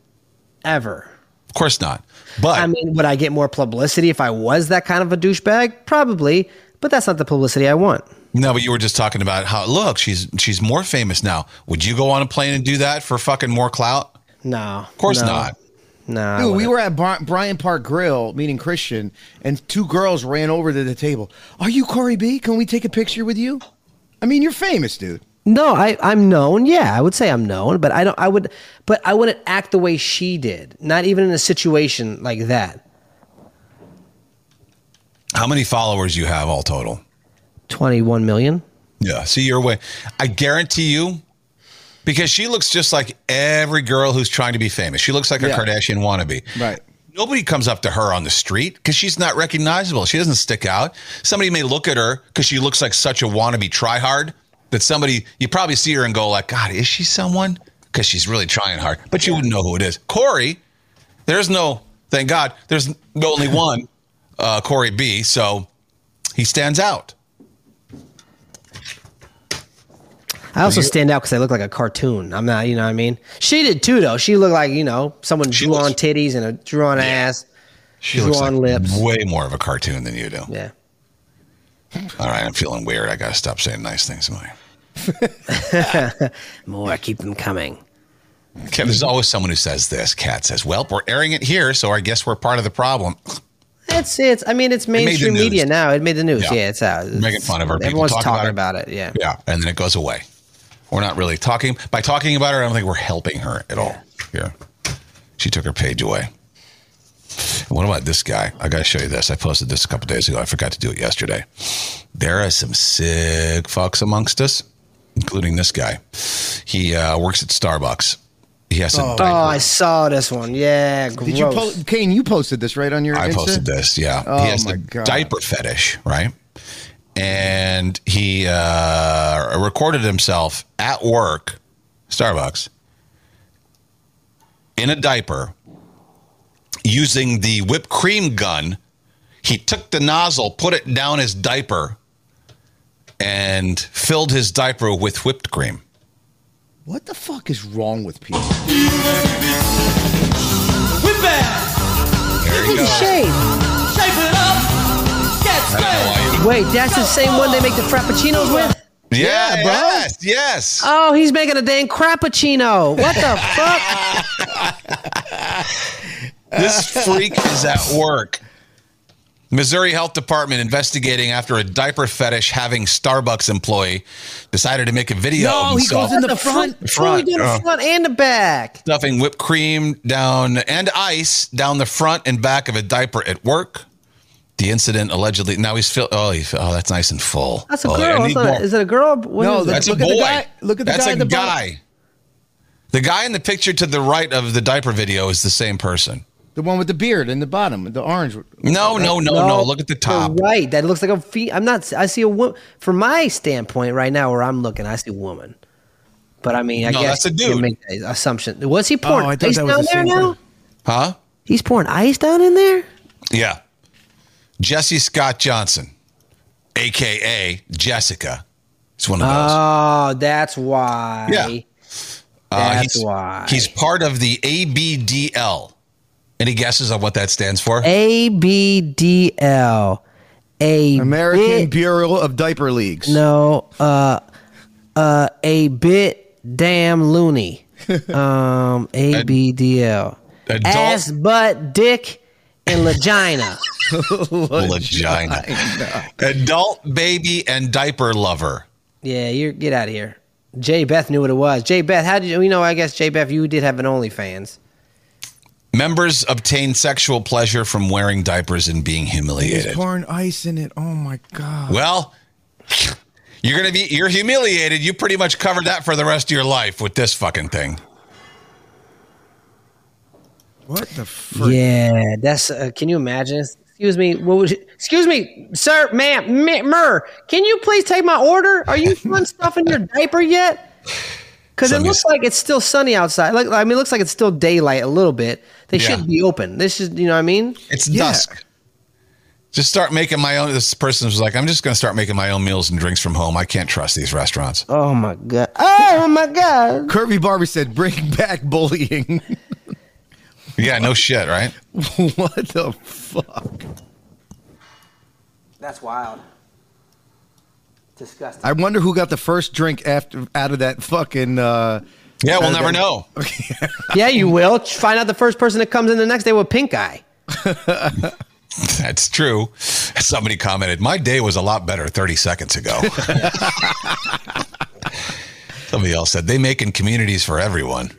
S3: ever.
S2: Of course not. But
S3: I mean, would I get more publicity if I was that kind of a douchebag? Probably, but that's not the publicity I want.
S2: no, but you were just talking about how look, she's she's more famous now. Would you go on a plane and do that for fucking more clout?
S3: No,
S2: Of course not.
S3: No, I
S5: Dude, we
S3: wouldn't.
S5: were at Bar- Bryant Park Grill meeting Christian, and two girls ran over to the table. Are you Corey B? Can we take a picture with you? I mean, you're famous, dude.
S3: No, I I'm known. Yeah, I would say I'm known, but I don't. I would, but I wouldn't act the way she did. Not even in a situation like that.
S2: How many followers you have all total?
S3: Twenty one million.
S2: Yeah. See your way. I guarantee you, because she looks just like every girl who's trying to be famous. She looks like a
S5: Yeah.
S2: Kardashian wannabe.
S5: Right.
S2: Nobody comes up to her on the street because she's not recognizable. She doesn't stick out. Somebody may look at her because she looks like such a wannabe tryhard that somebody you probably see her and go like, God, is she someone? Because she's really trying hard, but you wouldn't know who it is. Corey, there's no, thank God, there's no only one, uh, Corey B. So he stands out.
S3: I also stand out because I look like a cartoon. I'm not, you know what I mean? She did too, though. She looked like, you know, someone
S2: She
S3: drew
S2: looks-
S3: on titties and a, drew on ass.
S2: She
S3: Drawn
S2: looks like
S3: lips.
S2: way more of a cartoon than you do.
S3: Yeah.
S2: All right, I'm feeling weird. I gotta stop saying nice things to my.
S3: More, keep them coming.
S2: Ken, there's always someone who says this. Kat says, "Well, we're airing it here, so I guess we're part of the problem."
S3: It's, it's, I mean, it's
S2: the
S3: mainstream
S2: news.
S3: media now. It made the news.
S2: Yeah.
S3: Yeah, it's out. It's,
S2: Making fun of her. People
S3: Everyone's
S2: talk
S3: talking
S2: about
S3: about it. Yeah.
S2: Yeah, and then it goes away. We're not really talking by talking about her. I don't think we're helping her at all. Here, she took her page away. And what about this guy? I gotta show you this. I posted this a couple days ago. I forgot to do it yesterday. There are some sick fucks amongst us, including this guy. He uh, works at Starbucks. He has some.
S3: Oh, I saw this one. Yeah. Gross.
S5: Did you, po- Kane? You posted this right on your.
S2: I
S5: Insta?
S2: posted this. Yeah,
S5: Oh,
S2: he has
S5: my
S2: the
S5: God.
S2: diaper fetish, right? And he uh, recorded himself at work, Starbucks, in a diaper, using the whipped cream gun. He took the nozzle, put it down his diaper, and filled his diaper with whipped cream.
S5: What the fuck is wrong with people?
S2: There you go.
S3: Shade.
S2: I don't know why you-
S3: Wait, that's the same one they make the frappuccinos with?
S2: Yeah,
S5: bro.
S2: Yes, yes.
S3: Oh, he's making a dang crappuccino. What the fuck?
S2: This freak is at work. Missouri Health Department investigating after a diaper fetish having Starbucks employee decided to make a video of
S5: No, he
S2: himself
S5: goes in the front.
S3: Oh, he
S2: front,
S3: did the
S2: uh,
S3: front and the back.
S2: stuffing whipped cream down and ice down the front and back of a diaper at work. The incident allegedly now he's fill, oh he, oh that's nice and full.
S3: That's a
S2: oh, I
S3: girl. That's
S2: need
S3: not
S2: more.
S3: a, is it a girl? What
S5: No,
S3: is it?
S5: that's-
S2: That's a
S5: Look
S2: boy.
S5: at the guy- look at the
S2: That's
S5: guy
S2: a
S5: at the bottom.
S2: guy. The guy in the picture to the right of the diaper video is the same person.
S5: The one with the beard in the bottom, the orange.
S2: No, no, no, Oh, no. Look at the top.
S3: You're right. That looks like a feet. I'm not. I see a woman. From my standpoint, right now, where I'm looking, I see a woman. But I mean, I
S2: No,
S3: guess
S2: that's a
S3: you can
S2: dude.
S3: make that assumption. Was he pouring
S5: Oh, I thought
S3: ice
S5: that
S3: down
S5: was the
S3: there
S5: same
S3: now?
S5: thing.
S2: Huh?
S3: He's pouring ice down in there.
S2: Yeah. Jesse Scott Johnson, aka Jessica. It's one of those.
S3: Oh, that's why.
S2: Yeah. Uh,
S3: That's
S2: he's,
S3: why.
S2: He's part of the ABDL. Any guesses on what that stands for?
S3: A B D L. A
S5: American
S3: bit-
S5: Bureau of Diaper Leagues.
S3: No, uh, uh, a bit damn loony. Um, A B D L.
S2: Adult-
S3: Ass, butt, dick, and vagina.
S2: Vagina. Adult baby and diaper lover.
S3: Yeah, you get out of here. Jay Beth knew what it was. Jay Beth, how did you? You know, I guess Jay Beth, you did have an OnlyFans.
S2: Members obtain sexual pleasure from wearing diapers and being humiliated.
S5: pouring ice in it. Oh my god.
S2: Well, you're gonna be you're humiliated. You pretty much covered that for the rest of your life with this fucking thing.
S5: What the frick?
S3: Yeah, that's. Uh, can you imagine? Excuse me. What was? Excuse me, sir, ma'am, ma- mer. Can you please take my order? Are you fun stuff in your diaper yet? Because it
S2: Sunny's-
S3: looks like it's still sunny outside. Like I mean, it looks like it's still daylight a little bit. They
S2: Yeah.
S3: should be open. This is, you know, what I mean.
S2: It's
S5: Yeah.
S2: dusk. Just start making my own. This person was like, I'm just going to start making my own meals and drinks from home. I can't trust these restaurants.
S3: Oh my god. Oh my god.
S5: Kirby Barber said, "Bring back bullying."
S2: Yeah, no shit, right?
S5: what the fuck?
S3: That's wild. Disgusting.
S5: I wonder who got the first drink after out of that fucking. Uh,
S2: Yeah,
S5: out
S2: we'll
S5: of
S2: never
S5: that-
S2: know.
S3: yeah, you will. Find out the first person that comes in the next day with pink eye.
S2: That's true. Somebody commented, "My day was a lot better 30 seconds ago." Somebody else said, "They making communities for everyone."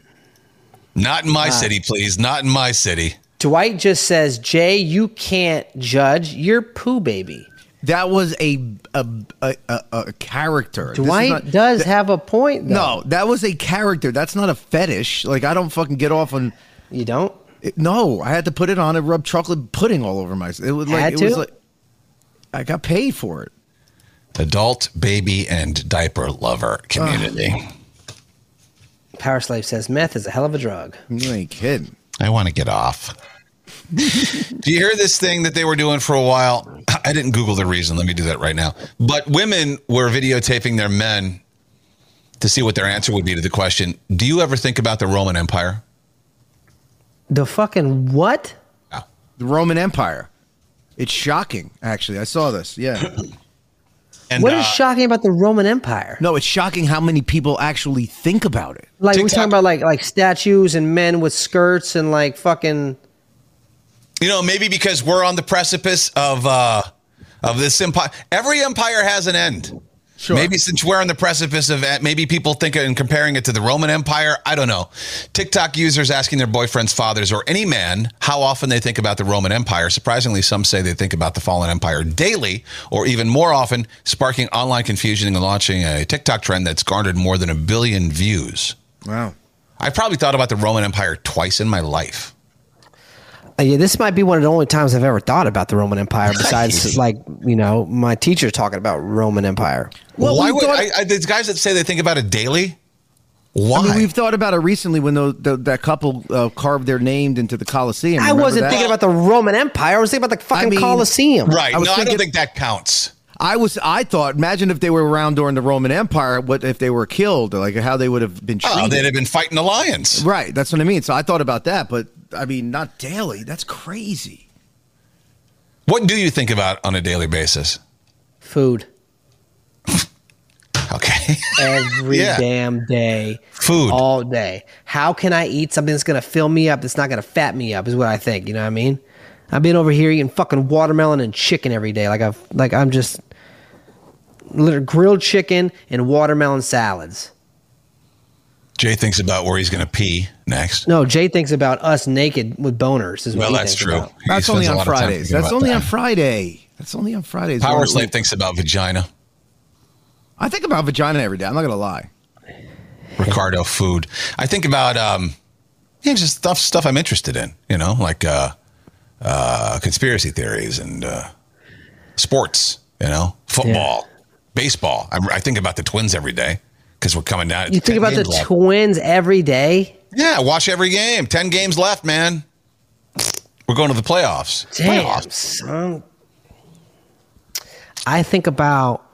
S2: Not in my city, please. Not in my city.
S3: Dwight just says, Jay, you can't judge. You're poo baby.
S5: That was a a a, a, a character. This is
S3: Dwight
S5: not-
S3: does
S5: th-
S3: have a point, though.
S5: No, that was a character. That's not a fetish. Like I don't fucking get off on.
S3: You don't?
S5: It- no, I had to put it on and rub chocolate pudding all over my. It was like
S3: Had
S5: it was
S3: to?
S5: like I got paid for it.
S2: Adult, baby, and diaper lover community.
S3: Power Slave says, meth is a hell of a drug.
S5: You ain't kidding.
S2: I want to get off. do you hear this thing that they were doing for a while? I didn't Google the reason. Let me do that right now. But women were videotaping their men to see what their answer would be to the question Do you ever think about the Roman Empire?
S3: The fucking what?
S5: The Roman Empire. It's shocking, actually. I saw this. Yeah.
S2: And
S3: What is
S2: uh,
S3: shocking about the Roman Empire?
S5: No, it's shocking how many people actually think about it.
S3: like we're
S2: TikTok.
S3: talking about like like statues and men with skirts and like fucking
S2: you know, maybe because we're on the precipice of uh, of this empire. Every empire has an end.
S5: Sure.
S2: Maybe since we're on the precipice of it, maybe people think and comparing it to the Roman Empire. I don't know. TikTok users asking their boyfriends, fathers, or any man how often they think about the Roman Empire. Surprisingly, some say they think about the fallen empire daily or even more often, sparking online confusion and launching a TikTok trend that's garnered more than a billion views.
S5: Wow.
S2: I probably thought about the Roman Empire twice in my life.
S3: Uh, yeah, this might be one of the only times I've ever thought about the Roman Empire, besides like you know my teacher talking about Roman Empire.
S5: Well,
S2: why
S5: we
S2: would
S5: thought-
S2: I, I, these guys that say they think about it daily? Why?
S5: I mean, we've thought about it recently when tho- tho- that couple uh, carved their name into the Colosseum.
S3: I
S5: Remember
S3: wasn't
S5: that?
S3: thinking about the Roman Empire. I was thinking about the fucking
S5: mean,
S3: Colosseum.
S2: right?
S5: I
S2: no,
S5: was
S2: I don't
S5: thinking-
S2: think that counts.
S5: I was. I thought. Imagine if they were around during the Roman Empire. What if they were killed? Like how they would have been treated.
S2: Oh, they'd have been fighting the lions.
S5: right. That's what I mean. So I thought about that, but I mean, not daily. That's crazy.
S2: What do you think about on a daily basis?
S3: Food
S2: Okay.
S3: every
S2: Yeah.
S3: damn day,
S2: Food.
S3: all day. How can I eat something that's gonna fill me up? That's not gonna fat me up. Is what I think. You know what I mean? I've been over here eating fucking watermelon and chicken every day. Like I've like I'm just literally grilled chicken and watermelon salads.
S2: Jay thinks about where he's going to pee next.
S3: No, Jay thinks about us naked with boners. Is what
S2: well,
S3: he
S2: that's
S3: thinks
S2: true.
S3: about.
S2: He
S5: That's
S2: spends
S5: only
S2: a
S5: on
S2: lot of time
S5: Fridays.
S2: thinking
S5: That's
S2: about
S5: only
S2: that.
S5: on Friday. That's only on Fridays.
S2: Power
S5: Like,
S2: Slave thinks about vagina.
S5: I think about vagina every day. I'm not gonna lie.
S2: Ricardo food. I think about um, yeah, just stuff stuff I'm interested in. You know, like uh, uh, conspiracy theories and uh, sports. You know, football, baseball. I, I think about the Twins every day because we're coming down.
S3: You think about the
S2: Twins.
S3: twins every day?
S2: yeah, watch every game. Ten games left, man. We're going to the playoffs.
S3: Damn, son. I think about.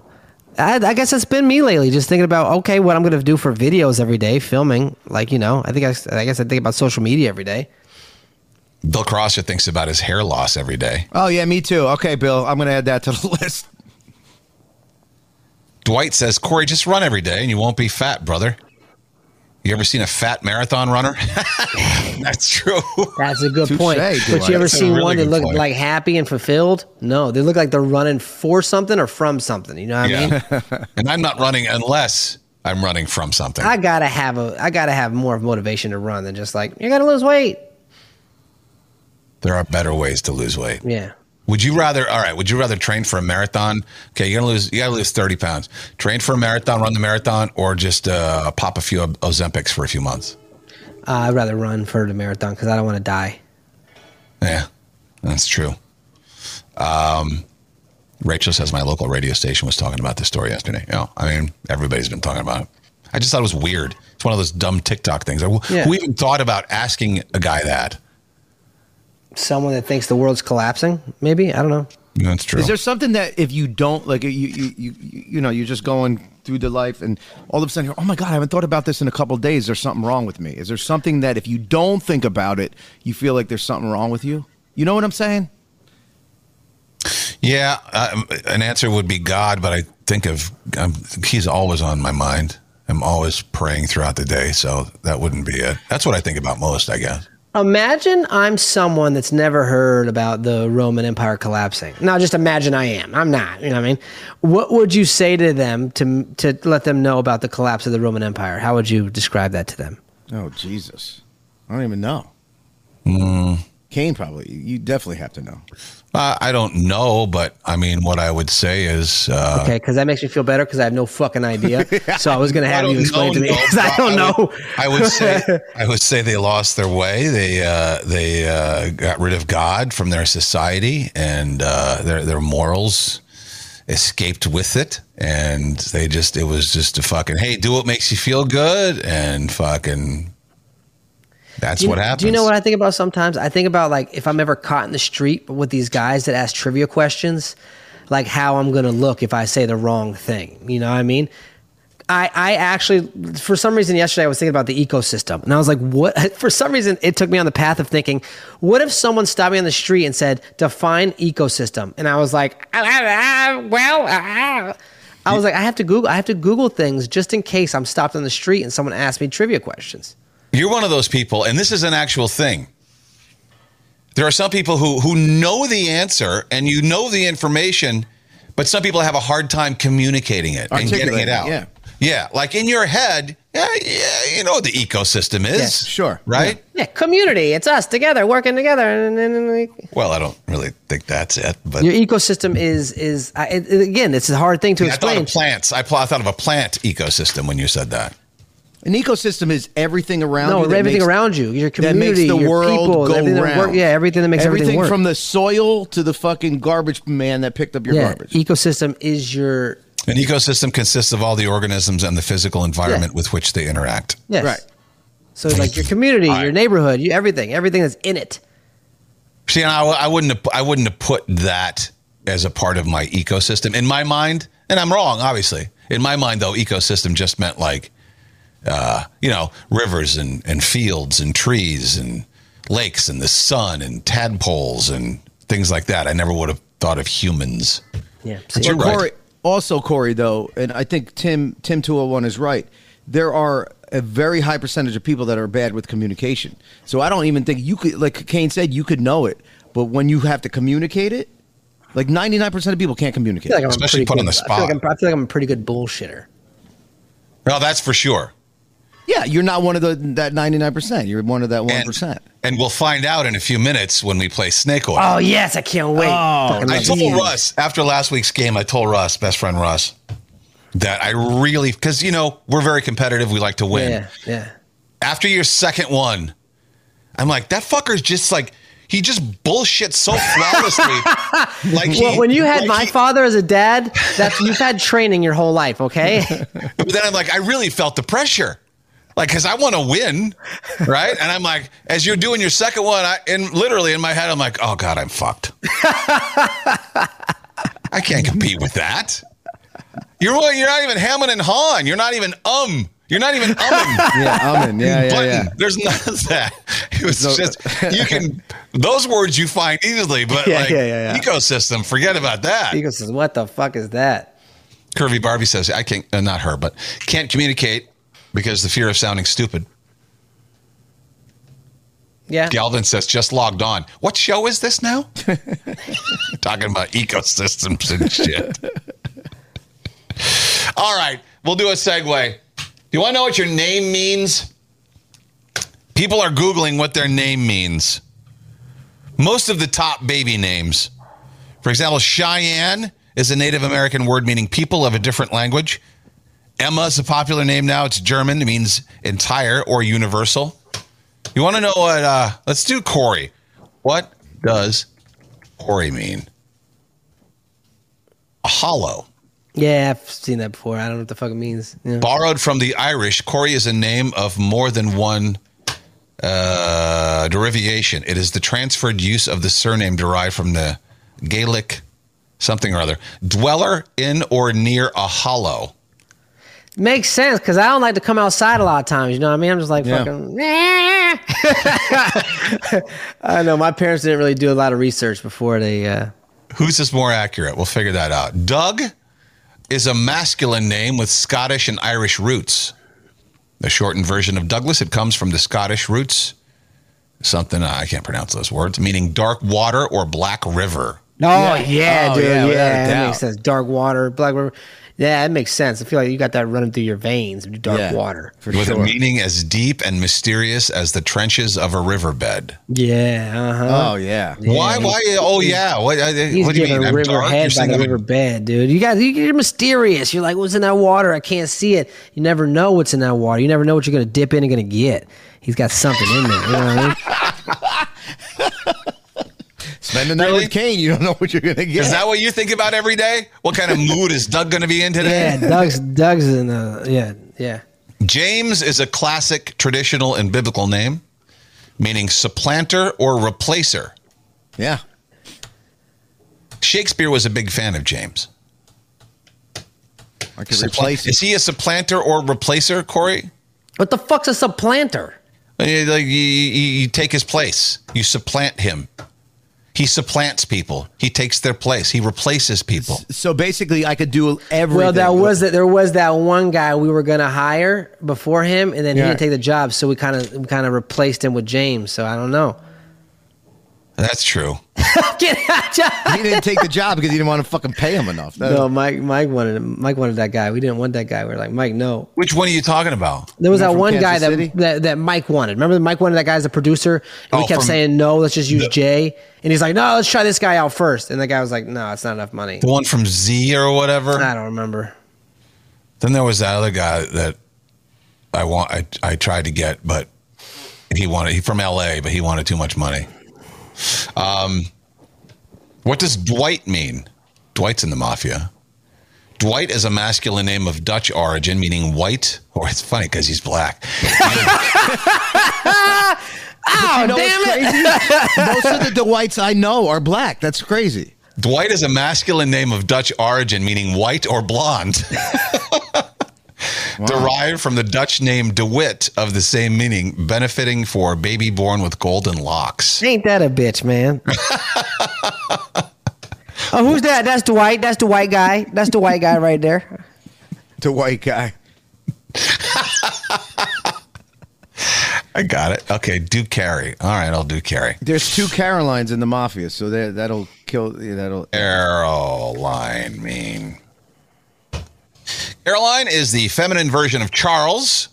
S3: I, I guess it's been me lately, just thinking about okay, what I'm going to do for videos every day, filming. Like you know, I think I, I guess I think about social media every day.
S2: Bill Crosser thinks about his hair loss every day.
S5: Oh yeah, me too. Okay, Bill, I'm gonna add that to the list.
S2: Dwight says, Corey, just run every day and you won't be fat, brother. You ever seen a fat marathon runner? That's true.
S3: That's a good
S5: Touche,
S3: point. But
S5: Dwight.
S3: you ever
S2: That's a
S3: seen
S2: really
S3: one that
S2: good
S3: looked
S2: point.
S3: like happy and fulfilled? No, they look like they're running for something or from something. You know what I mean?
S2: Yeah. and I'm not running unless I'm running from something.
S3: I gotta have a I gotta have more of motivation to run than just like you gotta lose weight.
S2: there are better ways to lose weight.
S3: Yeah.
S2: Would you rather? All right. Would you rather train for a marathon? Okay, you're gonna lose. You gotta lose thirty pounds. Train for a marathon, run the marathon, or just uh, pop a few Ozempics for a few months.
S3: Uh, I'd rather run for the marathon because I don't want to die.
S2: Yeah, that's true. Um, Rachel says my local radio station was talking about this story yesterday. Yeah, I mean everybody's been talking about it. I just thought it was weird. It's one of those dumb TikTok things. Who
S3: Yeah.
S2: who even thought about asking a guy that?
S3: Someone that thinks the world's collapsing, maybe I don't know.
S2: That's true.
S5: Is there something that if you don't like you you you, you know you're just going through their life, and all of a sudden, you're, oh my God, I haven't thought about this in a couple of days. There's something wrong with me. Is there something that if you don't think about it, you feel like there's something wrong with you? You know what I'm saying?
S2: Yeah, uh, an answer would be God, but I think of um, He's always on my mind. I'm always praying throughout the day, so that wouldn't be it. That's what I think about most, I guess.
S3: Imagine I'm someone that's never heard about the Roman Empire collapsing. Now, just imagine I am. I'm not. You know what I mean? What would you say to them to to let them know about the collapse of the Roman Empire? How would you describe that to them?
S5: Oh Jesus, I don't even know.
S3: Mm.
S5: Kane probably. You definitely have to know.
S2: Uh, I don't know, but I mean, what I would say is, uh,
S3: Okay, because that makes me feel better because I have no fucking idea. So I was gonna
S2: I
S3: have
S2: don't
S3: you explain
S2: know,
S3: to me
S2: no,
S3: 'cause I
S2: but
S3: don't know.
S2: would- I would say I would say they lost their way. They uh, they uh, got rid of God from their society, and uh, their their morals escaped with it. And they just it was just a fucking hey, do what makes you feel good, and fucking that's
S3: Do you-
S2: what happens.
S3: Do you know what I think about sometimes? I think about like if I'm ever caught in the street with these guys that ask trivia questions, like how I'm gonna look if I say the wrong thing. You know what I mean? I, I actually for some reason yesterday I was thinking about the ecosystem and I was like what for some reason it took me on the path of thinking what if someone stopped me on the street and said define ecosystem and I was like "Ah, ah, ah, well ah, ah." I was like I have to Google I have to Google things just in case I'm stopped on the street and someone asks me trivia questions
S2: You're one of those people, and this is an actual thing. There are some people who who know the answer and you know the information, but some people have a hard time communicating it and getting
S5: Articulating
S2: it
S5: it,
S2: out.
S5: yeah.
S2: yeah. Like in your head, yeah, yeah, you know what the ecosystem is.
S5: Yeah, sure.
S2: Right?
S3: Yeah, community. It's us together working together. And, and, and like-
S2: Well, I don't really think that's it, but
S3: your ecosystem is is I, it, it- again, it's a hard thing to
S2: I thought
S3: explain.
S2: of plants. I, pl- I thought of a plant ecosystem when you said that.
S5: An ecosystem is everything around.
S3: No,
S5: you that
S3: everything
S5: makes-
S3: around you, your
S5: that makes
S3: community,
S5: the
S3: your
S5: world
S3: people,
S5: go
S3: everything that work-
S5: round.
S3: yeah, everything that makes everything work.
S5: from the soil to the fucking garbage man that picked up your
S3: yeah,
S5: garbage.
S3: ecosystem is your
S2: An ecosystem consists of all the organisms and the physical environment with which they interact.
S3: yes.
S5: Right.
S3: So it's like your community, your neighborhood, you, everything, everything that's in it.
S2: See, and I, I wouldn't have, I wouldn't have put that as a part of my ecosystem in my mind, and I'm wrong, obviously. In my mind, though, ecosystem just meant like, uh, you know, rivers and and fields and trees and lakes and the sun and tadpoles and things like that. I never would have thought of humans.
S3: Yeah.
S2: But
S3: See?
S2: you're right.
S5: Corey, also Corey though, and I think Tim Tim two hundred one is right. There are a very high percentage of people that are bad with communication. So I don't even think you could, like Kane said, you could know it, but when you have to communicate it, like ninety nine percent of people can't communicate.
S3: I feel like I'm a
S2: Especially
S3: pretty
S2: put on
S3: good-
S2: the
S3: I feel,
S2: spot.
S3: like I'm, I feel like I'm a pretty good bullshitter.
S2: No, that's for sure.
S5: yeah, you're not one of the that ninety nine percent. You're one of that one
S2: And,
S5: percent. Ah,
S2: and we'll find out in a few minutes when we play Snake Oil.
S3: Oh yes, I can't wait.
S5: Oh,
S3: Fucking
S2: I
S3: love it.
S2: told Russ after last week's game, I told Russ, best friend Russ, that I really, because, you know, we're very competitive. We like to win.
S3: yeah, yeah.
S2: After your second one, I'm like, that fucker's just like, he just bullshits so flawlessly. like, he-
S3: Well, when you had
S2: like
S3: my
S2: he-
S3: father as a dad, that's you've had training your whole life, okay?
S2: But then I'm like, I really felt the pressure. Like, cause I want to win, right? And I'm like, as you're doing your second one, I and literally in my head, I'm like, oh god, I'm fucked. I can't compete with that. You're well, you're not even Hammond and Hahn. You're not even um. You're not even umming.
S5: Yeah, I'm in. Yeah, yeah,
S2: Button.
S5: yeah.
S2: There's none of that. It was
S5: No-
S2: just you can those words you find easily, but
S3: Yeah,
S2: like
S3: yeah, yeah, yeah.
S2: ecosystem, forget about that.
S3: Eagle says, "What the fuck is that?"
S2: Curvy Barbie says, I can't, uh, not her, but can't communicate because the fear of sounding stupid.
S3: Yeah,
S2: Galvin says, just logged on. What show is this now? Talking about ecosystems and shit. All right, we'll do a segue. Do you want to know what your name means? People are Googling what their name means. Most of the top baby names. For example, Cheyenne is a Native American word meaning people of a different language. Emma is a popular name now. It's German. It means entire or universal. You want to know what? Uh, let's do Corey. What does Corey mean? Hollow.
S3: yeah, I've seen that before. I don't know what the fuck it means. Yeah.
S2: Borrowed from the Irish, Corey is a name of more than one uh, derivation. It is the transferred use of the surname derived from the Gaelic something or other. Dweller in or near a hollow.
S3: Makes sense because I don't like to come outside a lot of times. You know what I mean? I'm just like
S5: Yeah.
S3: fucking. I know my parents didn't really do a lot of research before they. Uh,
S2: Who's is more accurate? We'll figure that out. Doug is a masculine name with Scottish and Irish roots. The shortened version of Douglas, it comes from the Scottish roots, something uh, I can't pronounce those words, meaning dark water or black river.
S3: Oh yeah,
S5: Oh,
S3: dude.
S5: yeah,
S3: Yeah,
S5: without a
S3: that
S5: doubt.
S3: makes sense. Dark water, black river. Yeah, it makes sense. I feel like you got that running through your veins. Dark
S5: Yeah.
S3: water.
S5: for
S2: with a
S5: sure.
S2: meaning as deep and mysterious as the trenches of a riverbed.
S3: Yeah. Uh huh.
S5: Oh yeah.
S2: Why? Why? Oh yeah. What, I-
S3: He's
S2: what do you
S3: giving
S2: mean? I'm
S3: river
S2: dark. You're
S3: head by
S2: saying
S3: the
S2: I'm a-
S3: river bed, dude. You guys, you- you're mysterious. You're like, what's in that water? I can't see it. You never know what's in that water. You never know what you're gonna dip in and gonna get. He's got something in there. You know what I mean?
S5: Spend the night
S2: Really?
S5: with Kane. You don't know what you're gonna get.
S2: Is that what you think about every day? What kind of mood is Doug going to be in today?
S3: Yeah, Doug's Doug's in the yeah yeah.
S2: James is a classic traditional and biblical name, meaning supplanter or replacer.
S5: yeah.
S2: Shakespeare was a big fan of James.
S5: I could replace
S2: Is
S5: it.
S2: he a supplanter or replacer, Corey?
S3: What the fuck's a supplanter?
S2: Like you, you- you take his place. You supplant him. He supplants people. He takes their place. He replaces people.
S5: So basically, I could do everything.
S3: Well, that was that. There was that one guy we were gonna hire before him, and then he
S5: Yeah.
S3: didn't take the job, so we kind of kind of replaced him with James. So I don't know.
S2: That's true.
S3: Get out, John.
S5: He didn't take the job because he didn't want to fucking pay him enough. That-
S3: No, Mike. Mike wanted. him. Mike wanted that guy. We didn't want that guy. We were like, Mike, no.
S2: Which one are you talking about?
S3: There was
S5: You know,
S3: that
S5: from
S3: one
S5: Kansas
S3: guy
S5: City?
S3: that, that that Mike wanted. Remember, that Mike wanted that guy as a producer, and
S2: Oh,
S3: we kept
S2: from-
S3: saying no. Let's just use Jay, and he's like, no, let's try this guy out first. And the guy was like, no, it's not enough money.
S2: The one from Z or whatever.
S3: I don't remember.
S2: Then there was that other guy that I want. I, I tried to get, but he wanted. He from L.A., but he wanted too much money. Um, what does Dwight mean? Dwight's in the mafia. Dwight is a masculine name of Dutch origin, meaning white. Or it's funny because he's black.
S3: Oh,
S5: You know what's crazy? Most of the Dwights I know are black. That's crazy.
S2: Dwight is a masculine name of Dutch origin, meaning white or blonde. Derived from the Dutch name DeWitt of the same meaning, benefiting for baby born with golden locks.
S3: Ain't that a bitch, man? oh, who's that? That's Dwight. That's the white guy. That's the white guy right there.
S5: The white guy.
S2: I got it. Okay, do carry. All right, I'll do carry.
S5: There's two Carolines in the mafia, so that that'll kill. yeah, That'll.
S2: Caroline mean. Caroline is the feminine version of Charles,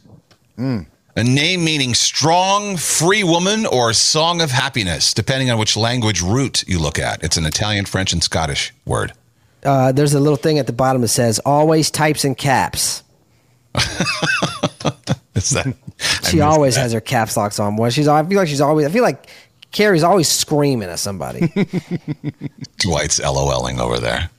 S2: a name meaning strong, free woman, or song of happiness, depending on which language root you look at. It's an Italian, French, and Scottish word.
S3: Uh, there's a little thing at the bottom that says always types in caps.
S2: It's that.
S3: She always has her caps locks on. Well, she's I feel like she's always I feel like Carrie's always screaming at somebody.
S2: Dwight's LOLing over there.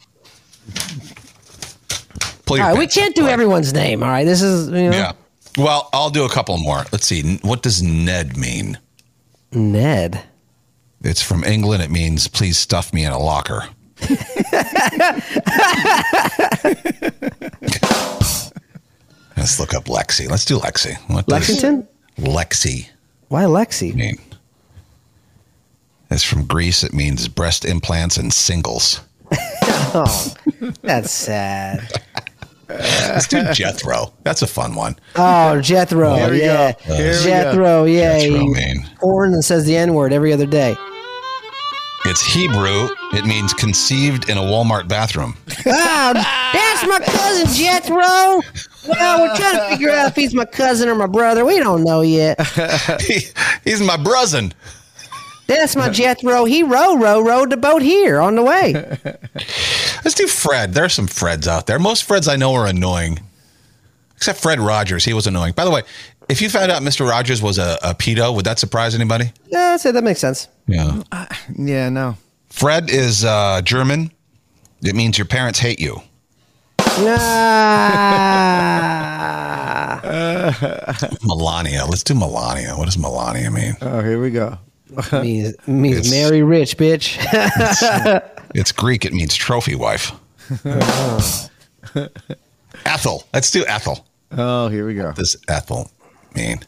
S2: Pull your
S3: All right, we
S2: pants
S3: can't
S2: up,
S3: do
S2: Dwight.
S3: everyone's name. All right, this is you know
S2: Yeah. Well, I'll do a couple more. Let's see. N- What does Ned mean?
S3: Ned.
S2: It's from England. It means please stuff me in a locker. Let's look up Lexi. Let's do Lexi. What does
S3: Lexington?
S2: Lexi
S3: Why Lexi?
S2: mean? It's from Greece. It means breast implants and singles.
S3: Oh, that's sad.
S2: Let's do Jethro. That's a fun one.
S3: Oh, Jethro.
S5: Here we
S3: yeah.
S5: go. Here we go.
S3: Jethro, yeah.
S2: Jethro,
S3: he
S2: man.
S3: Porn and says the N word every other day.
S2: It's Hebrew. It means conceived in a Walmart bathroom.
S3: Oh, that's my cousin Jethro. Well, we're trying to figure out if he's my cousin or my brother. We don't know yet.
S2: He- he's my brusin.
S3: That's my Jethro. He row, row, rowed the boat here on the way.
S2: Let's do Fred. There are some Freds out there. Most Freds I know are annoying, except Fred Rogers. He was annoying. By the way, if you found out Mr. Rogers was a, a pedo, would that surprise anybody?
S3: Yeah, Uh, so that makes sense.
S2: Yeah.
S5: Yeah, no.
S2: Fred is uh, German. It means your parents hate you.
S3: Nah.
S2: Melania. Let's do Melania. What does Melania mean?
S5: Oh, here we go.
S3: means means
S2: It's-
S3: Mary Rich, bitch.
S2: It's Greek. It means trophy wife. Ethel. Let's do Ethel.
S5: Oh, here we go.
S2: does Ethel mean?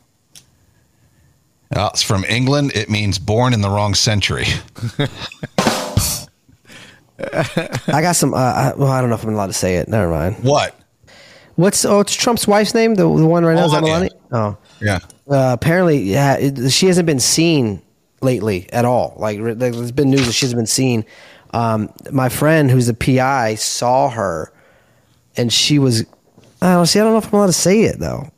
S2: Uh, it's from England. It means born in the wrong century.
S3: I got some. Uh, I, well, I don't know if I'm allowed to say it. Never mind.
S2: What?
S3: What's oh, it's Trump's wife's name. The, the one right now is that
S2: Melania.
S3: Melania. Oh,
S2: Yeah.
S3: uh, apparently, yeah, it, she hasn't been seen lately at all. Like, re- like, there's been news that she hasn't been seen. Um, my friend, who's a PI, saw her, and she was. I don't see. I don't know if I'm allowed to say it though.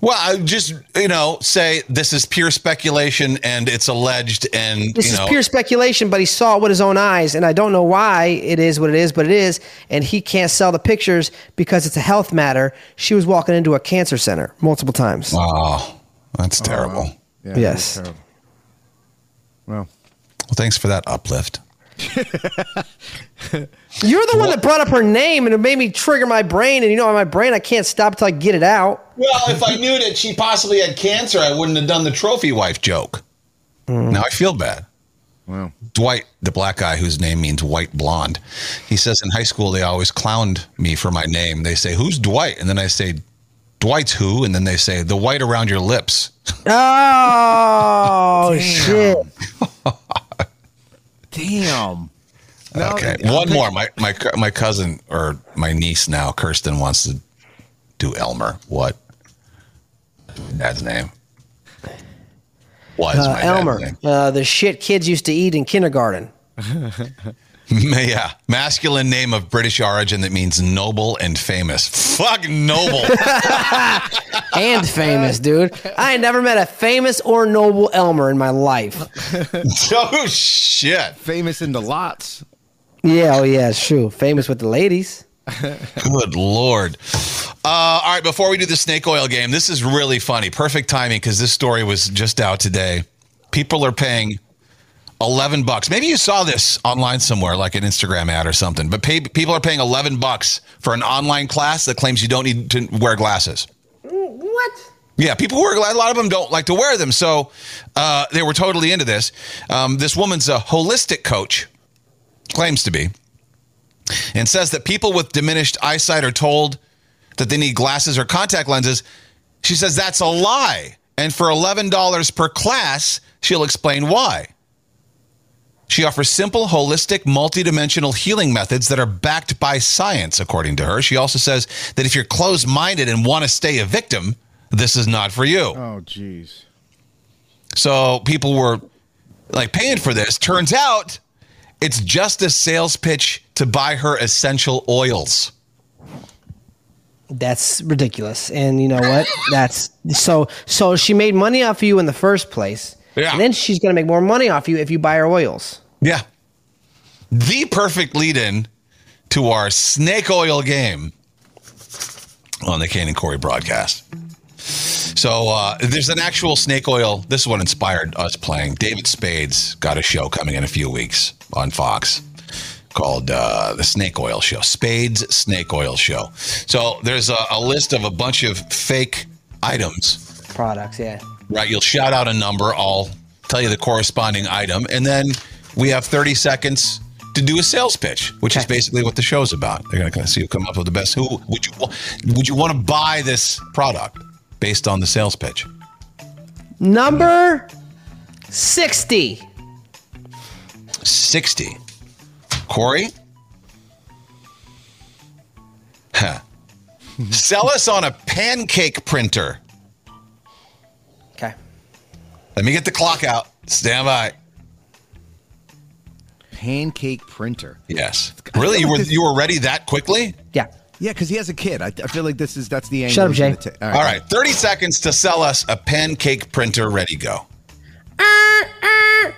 S2: Well, I would just you know say this is pure speculation and it's alleged and
S3: This
S2: you
S3: is
S2: know
S3: pure speculation, but he saw it with his own eyes, and I don't know why it is what it is, but it is, and he can't sell the pictures because it's a health matter. She was walking into a cancer center multiple times.
S2: Oh, that's terrible. Well,
S5: Yeah,
S3: Yes.
S5: that's terrible. Well,
S2: thanks for that uplift.
S3: You're the one that brought up her name, and it made me trigger my brain, and you know, in my brain, I can't stop till I get it out.
S2: Well, if I knew that she possibly had cancer, I wouldn't have done the trophy wife joke. Now I feel bad.
S5: well.
S2: Dwight, the black guy whose name means white blonde, he says in high school they always clowned me for my name. They say, Who's Dwight? And then I say, Dwight's who? And then they say, The white around your lips.
S3: Oh shit!
S5: Damn. No,
S2: Okay.
S5: I- I
S2: One
S5: think-
S2: more. My, my, cu- my cousin or my niece now, Kirsten, wants to do Elmer. What? Dad's name. What is
S3: Uh,
S2: my dad's
S3: Elmer,
S2: name?
S3: uh, the shit kids used to eat in kindergarten.
S2: Yeah, masculine name of British origin that means noble and famous. Fuck noble.
S3: And famous, dude. I ain't never met a famous or noble Elmer in my life.
S2: oh shit.
S5: Famous in the lots.
S3: Yeah, oh yeah, it's true. Famous with the ladies.
S2: Good lord. Uh, all right, before we do the snake oil game, this is really funny. Perfect timing because this story was just out today. People are paying eleven bucks. Maybe you saw this online somewhere, like an Instagram ad or something. But pay, people are paying eleven bucks for an online class that claims you don't need to wear glasses.
S3: What?
S2: Yeah, people who are a lot of them don't like to wear them, so uh, they were totally into this. Um, this woman's a holistic coach, claims to be, and says that people with diminished eyesight are told that they need glasses or contact lenses. She says that's a lie, and for eleven dollars per class, she'll explain why. She offers simple, holistic, multidimensional healing methods that are backed by science, according to her. She also says that if you're closed minded and want to stay a victim, this is not for you.
S5: Oh, jeez.
S2: So people were like paying for this. Turns out it's just a sales pitch to buy her essential oils.
S3: That's ridiculous. And you know what? That's so so she made money off of you in the first place.
S2: Yeah.
S3: And then she's gonna make more money off you if you buy her oils.
S2: Yeah. The perfect lead in to our snake oil game on the Kane and Corey broadcast. So uh, there's an actual snake oil. This is what inspired us playing. David Spade's got a show coming in a few weeks on Fox called uh, the Snake Oil Show, Spade's Snake Oil Show. So there's a, a list of a bunch of fake items
S3: Products, yeah.
S2: right? You'll shout out a number. I'll tell you the corresponding item, and then we have 30 seconds to do a sales pitch, which is basically what the show's about. They're going to see who come up with the best. Who would you wa- would you want to buy this product based on the sales pitch?
S3: Number sixty.
S2: 60. Corey? Huh. Sell us on a pancake printer.
S3: Okay.
S2: Let me get the clock out. Stand by.
S5: Pancake printer.
S2: Yes. Really? You were you were ready that quickly?
S3: Yeah.
S5: Yeah, because he has a kid. I, I feel like this is that's the angle.
S3: Shut up,
S5: he's gonna
S3: Jay.
S5: ta-
S2: All right, 30 seconds to sell us a pancake printer ready go.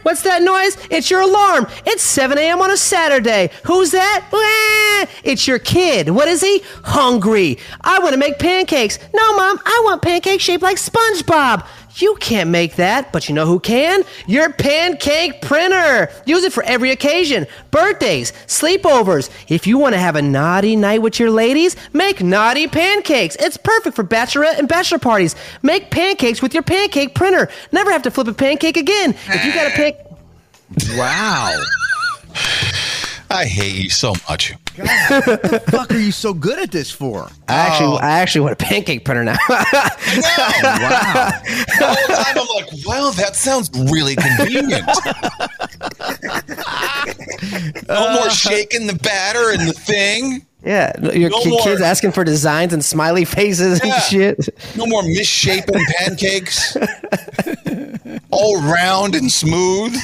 S3: What's that noise? It's your alarm. It's 7 a.m. on a Saturday. Who's that? Wah! It's your kid. What is he? Hungry. I want to make pancakes. No, Mom, I want pancakes shaped like SpongeBob. You can't make that, but you know who can? Your pancake printer. Use it for every occasion birthdays, sleepovers. If you want to have a naughty night with your ladies, make naughty pancakes. It's perfect for bachelorette and bachelor parties. Make pancakes with your pancake printer. Never have to flip a pancake again. If you got a pancake.
S5: Wow.
S2: I hate you so much.
S5: God, what the fuck are you so good at this
S3: I
S2: Oh.
S5: for?
S3: actually, I actually want a pancake printer now.
S5: Wow.
S2: The whole time I'm like, wow, that sounds really convenient. no more shaking the batter and the thing.
S3: yeah, your
S2: No
S3: ki-
S2: more.
S3: kids asking for designs and smiley faces
S2: Yeah.
S3: and shit.
S2: No more misshapen pancakes. All round and smooth.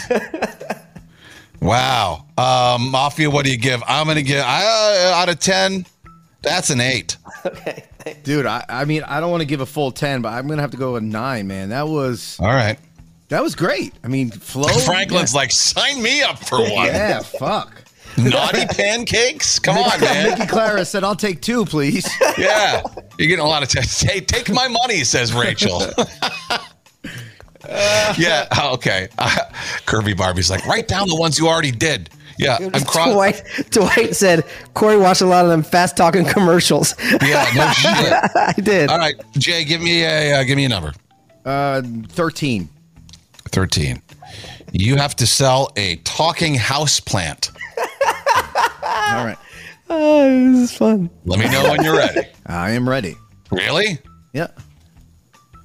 S2: Wow. Um, Mafia, what do you give? I'm going to give uh, out of 10. That's an eight.
S5: Dude, I, I mean, I don't want to give a full 10, but I'm going to have to go a 9, man. That was
S2: All right.
S5: that was great. I mean, flow.
S2: Franklin's like, sign me up for one.
S5: Oh, Yeah, fuck.
S2: Naughty pancakes? Come on, man.
S5: Mickey Clara said, I'll take two, please.
S2: Yeah. You're getting a lot of texts. Hey, take my money, says Rachel. yeah. oh, Okay. Kirby Barbie's like, write down the ones you already did. Yeah. I'm crossing.
S3: Dwight, Dwight said Corey watched a lot of them fast talking commercials.
S2: Yeah. No shit.
S3: I did.
S2: All right, Jay, give me a uh, give me a number.
S5: Uh, 13.
S2: Thirteen. You have to sell a talking house plant.
S5: All right.
S3: Oh, this is fun.
S2: Let me know when you're ready.
S5: I am ready.
S2: Really?
S5: Yeah.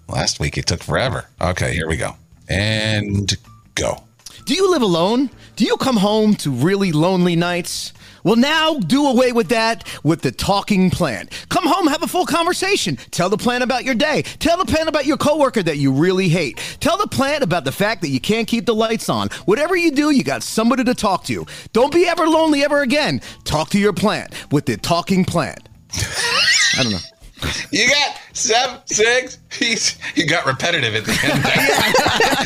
S2: Last week it took forever. Okay, here we go. And go.
S5: Do you live alone? Do you come home to really lonely nights? Well, now do away with that with the talking plant. Come home, have a full conversation. Tell the plant about your day. Tell the plant about your coworker that you really hate. Tell the plant about the fact that you can't keep the lights on. Whatever you do, you got somebody to talk to. Don't be ever lonely ever again. Talk to your plant with the talking plant. I don't know.
S2: You got seven, six. He's, you got repetitive at the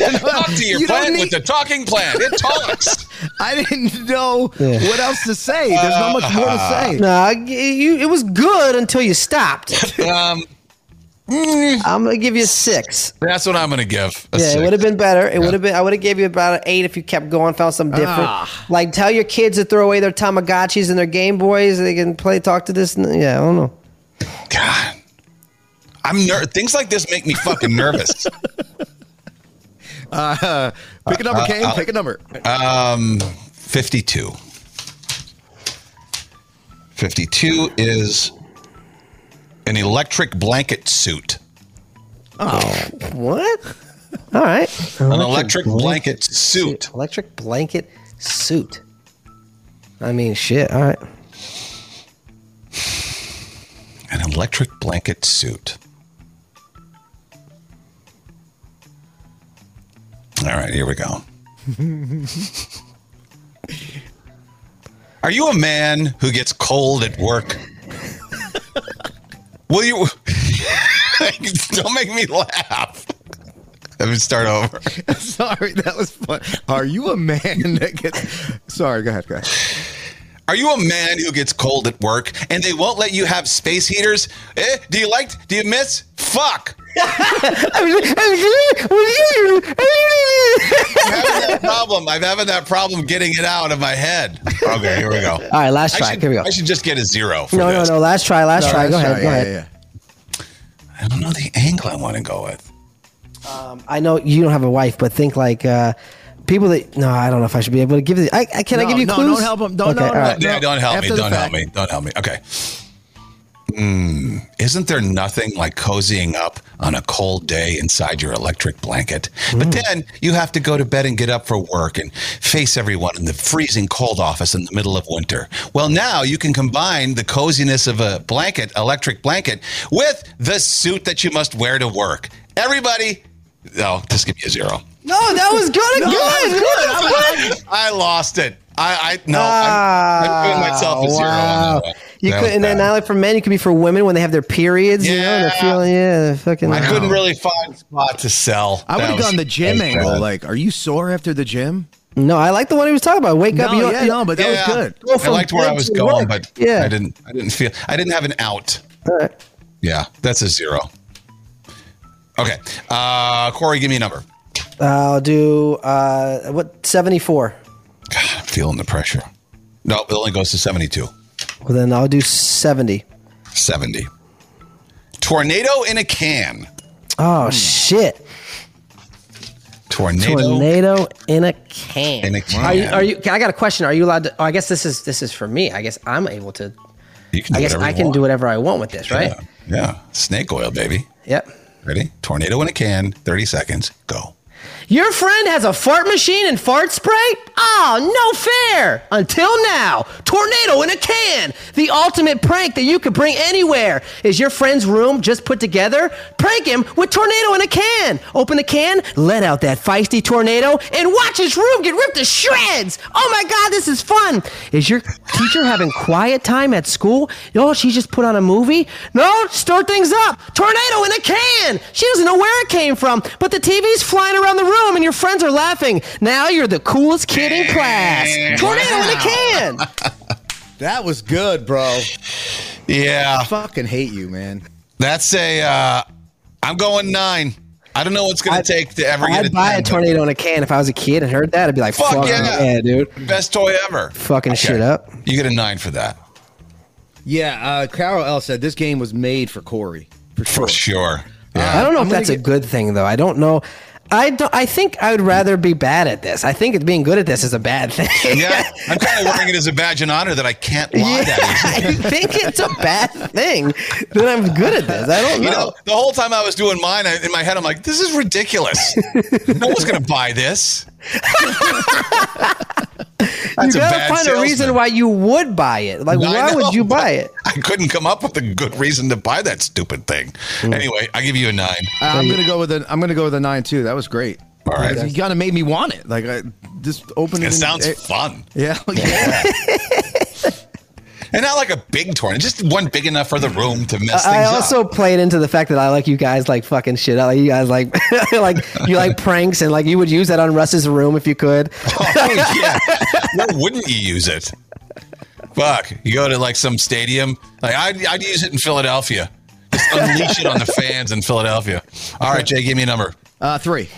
S2: end. Talk to your
S5: You don't
S2: plant with
S5: need-
S2: the talking plant. It talks.
S5: I didn't know what else to say. There's not much more to say.
S3: Nah, g- you, it was good until you stopped.
S2: Um,
S3: I'm gonna give you a six.
S2: that's what I'm going to give. a
S3: Yeah, it
S2: six.
S3: would have been better. It would have been. I would have gave you about an eight if you kept going, found something different.
S5: Ah.
S3: Like tell your kids to throw away their Tamagotchis and their Game Boys. They can play, talk to this. and- Yeah, I don't know.
S2: God. I'm ner- things like this make me fucking nervous.
S5: Pick a number, Kane. Pick a number.
S2: Um, 52. 52 is an electric blanket suit.
S3: What? All right.
S2: An electric blanket suit.
S3: Electric blanket suit. I mean, shit. All right.
S2: An electric blanket suit. All right, here we go. Are you a man who gets cold at work? Will you don't make me laugh? Let me start over.
S5: Sorry, that was fun. Are you a man that gets? Sorry, go ahead, go ahead.
S2: Are you a man who gets cold at work and they won't let you have space heaters? Eh, do you like? Do you miss? Fuck.
S3: All
S2: I'm having that problem. I'm having that problem getting it out of my head. Okay, here we go.
S3: right, last
S2: I
S3: try.
S2: should,
S3: Here we go.
S2: I should just get a zero. For
S3: No, no,
S2: this.
S3: no. Last try. Last try. Go ahead.
S5: Sorry, sorry,
S3: go
S5: yeah,
S3: ahead.
S2: I don't know the angle I want to go with.
S3: I know you don't have a wife, but think like uh, people that. No, I don't know if I should be able to give this. I, I can I
S5: No,
S3: give you
S5: no,
S3: clues?
S5: don't help 'em. Don't- no,
S3: all
S5: no,
S3: right.
S5: no.
S2: Yeah, don't help
S5: after
S2: me.
S5: the
S2: Don't help
S5: fact.
S2: me. Don't help me. Okay. Mm, isn't there nothing like cozying up on a cold day inside your electric blanket?
S5: Hmm.
S2: But then you have to go to bed and get up for work and face everyone in the freezing cold office in the middle of winter. Well, now you can combine the coziness of a blanket, electric blanket, with the suit that you must wear to work. Everybody, oh, just give me a zero.
S3: No, that was good. good. What the fuck?
S2: I lost it. I, I no, I'm, I'm doing myself a zero on
S3: Ah, Wow.
S2: that one.
S3: You
S2: That was
S3: could, and then
S2: bad.
S3: not only for men, it could be for women when they have their periods. You know, and they're
S2: Yeah.
S3: feeling yeah, they're fucking.
S2: I couldn't really find a spot to sell.
S5: I would
S2: That
S5: have
S2: was-
S5: gone the gym
S2: that was
S5: angle.
S2: bad.
S5: Like, are you sore after the gym?
S3: No, I like the one he was talking about. Wake up.
S5: No,
S3: you
S5: yeah, no, but that
S2: yeah,
S5: was good.
S3: Go
S2: I
S3: from
S2: liked where I
S3: bed
S2: was
S3: to
S2: going,
S3: work.
S2: but
S3: Yeah.
S2: I didn't. I didn't feel. I didn't have an out. Yeah, that's a zero. Okay, uh, Corey, give me a number.
S3: I'll do uh, what seventy four.
S2: God, I'm feeling the pressure. No, it only goes to seventy-two.
S3: Well, then I'll do seventy.
S2: Seventy. Tornado in a can.
S3: Oh shit!
S2: tornado,
S3: tornado in a can.
S2: In a can.
S3: Are you? Are you I got a question. Are you allowed to? Oh, I guess this is this is for me. I guess I'm able to.
S2: You can
S3: I guess
S2: whatever
S3: I
S2: you
S3: can
S2: want.
S3: do whatever I want with this, right?
S2: Yeah. yeah. Snake oil, baby.
S3: Yep.
S2: Ready? Tornado in a can. Thirty seconds. Go.
S3: Your friend has a fart machine and fart spray? Oh, no fair! Until now, tornado in a can, the ultimate prank that you could bring anywhere. Is your friend's room just put together? Prank him with tornado in a can. Open the can, let out that feisty tornado, and watch his room get ripped to shreds. Oh my God, this is fun. Is your teacher having quiet time at school? Oh, she just put on a movie? No, stir things up. Tornado in a can. She doesn't know where it came from, but the TV's flying around the room and your friends are laughing. Now you're the coolest kid in class. Tornado in a can.
S5: That was good, bro.
S2: Yeah.
S5: Fucking hate you, man.
S2: That's a. Uh, I'm going nine. I don't know what's going to take to ever get
S3: I'd buy a
S2: 10, but
S3: tornado in a can if I was a kid and heard that. I'd be like,
S2: Fuck
S3: fuck,
S2: yeah.
S3: yeah. dude.
S2: Best toy ever.
S3: Fucking shit up.
S2: You get a nine for that.
S5: Yeah, uh, Carol L said this game was made for Corey. For sure.
S2: For sure.
S3: I don't know
S5: I'm
S3: if
S5: gonna
S3: that's a
S5: get-
S3: good thing though. I don't know. I don't, I think I would rather be bad at this. I think being good at this is a bad thing.
S2: Yeah. I'm kind of wearing it as a badge and honor that I can't lie that easily.
S3: I think it's a bad thing that I'm good at this. I don't
S2: You
S3: know.
S2: know, the whole time I was doing mine, I, in my head, I'm like, this is ridiculous. no one's going to buy this.
S3: you
S2: That's a
S3: gotta
S2: bad
S3: find a reason
S2: salesman.
S3: why you would buy it. Like,
S2: I
S3: why
S2: know,
S3: would you
S2: but
S3: buy it?
S2: I couldn't come up with a good reason to buy that stupid thing.
S3: Hmm.
S2: Anyway, I give you a nine.
S5: Uh, I'm gonna go with a I'm gonna go with a nine too. That was great.
S2: All right.
S5: you kind of made me want it. Like I just open
S3: Mm.
S5: it.
S2: It
S5: and-
S2: sounds
S3: Eh.
S5: it-
S2: fun.
S5: yeah, yeah.
S2: And not like a big tournament, just one big enough for the room to mess
S3: I
S2: things
S3: also
S2: up.
S3: played into the fact that I like you guys like fucking shit. I like you guys like like you like pranks and like you would use that on Russ's room if you could.
S2: Oh, yeah. Where wouldn't you use it? Fuck. You go to like some stadium. Like I'd, I'd use it in Philadelphia. Just unleash it on the fans in Philadelphia. All right, Jay, give me a number.
S5: Uh, three.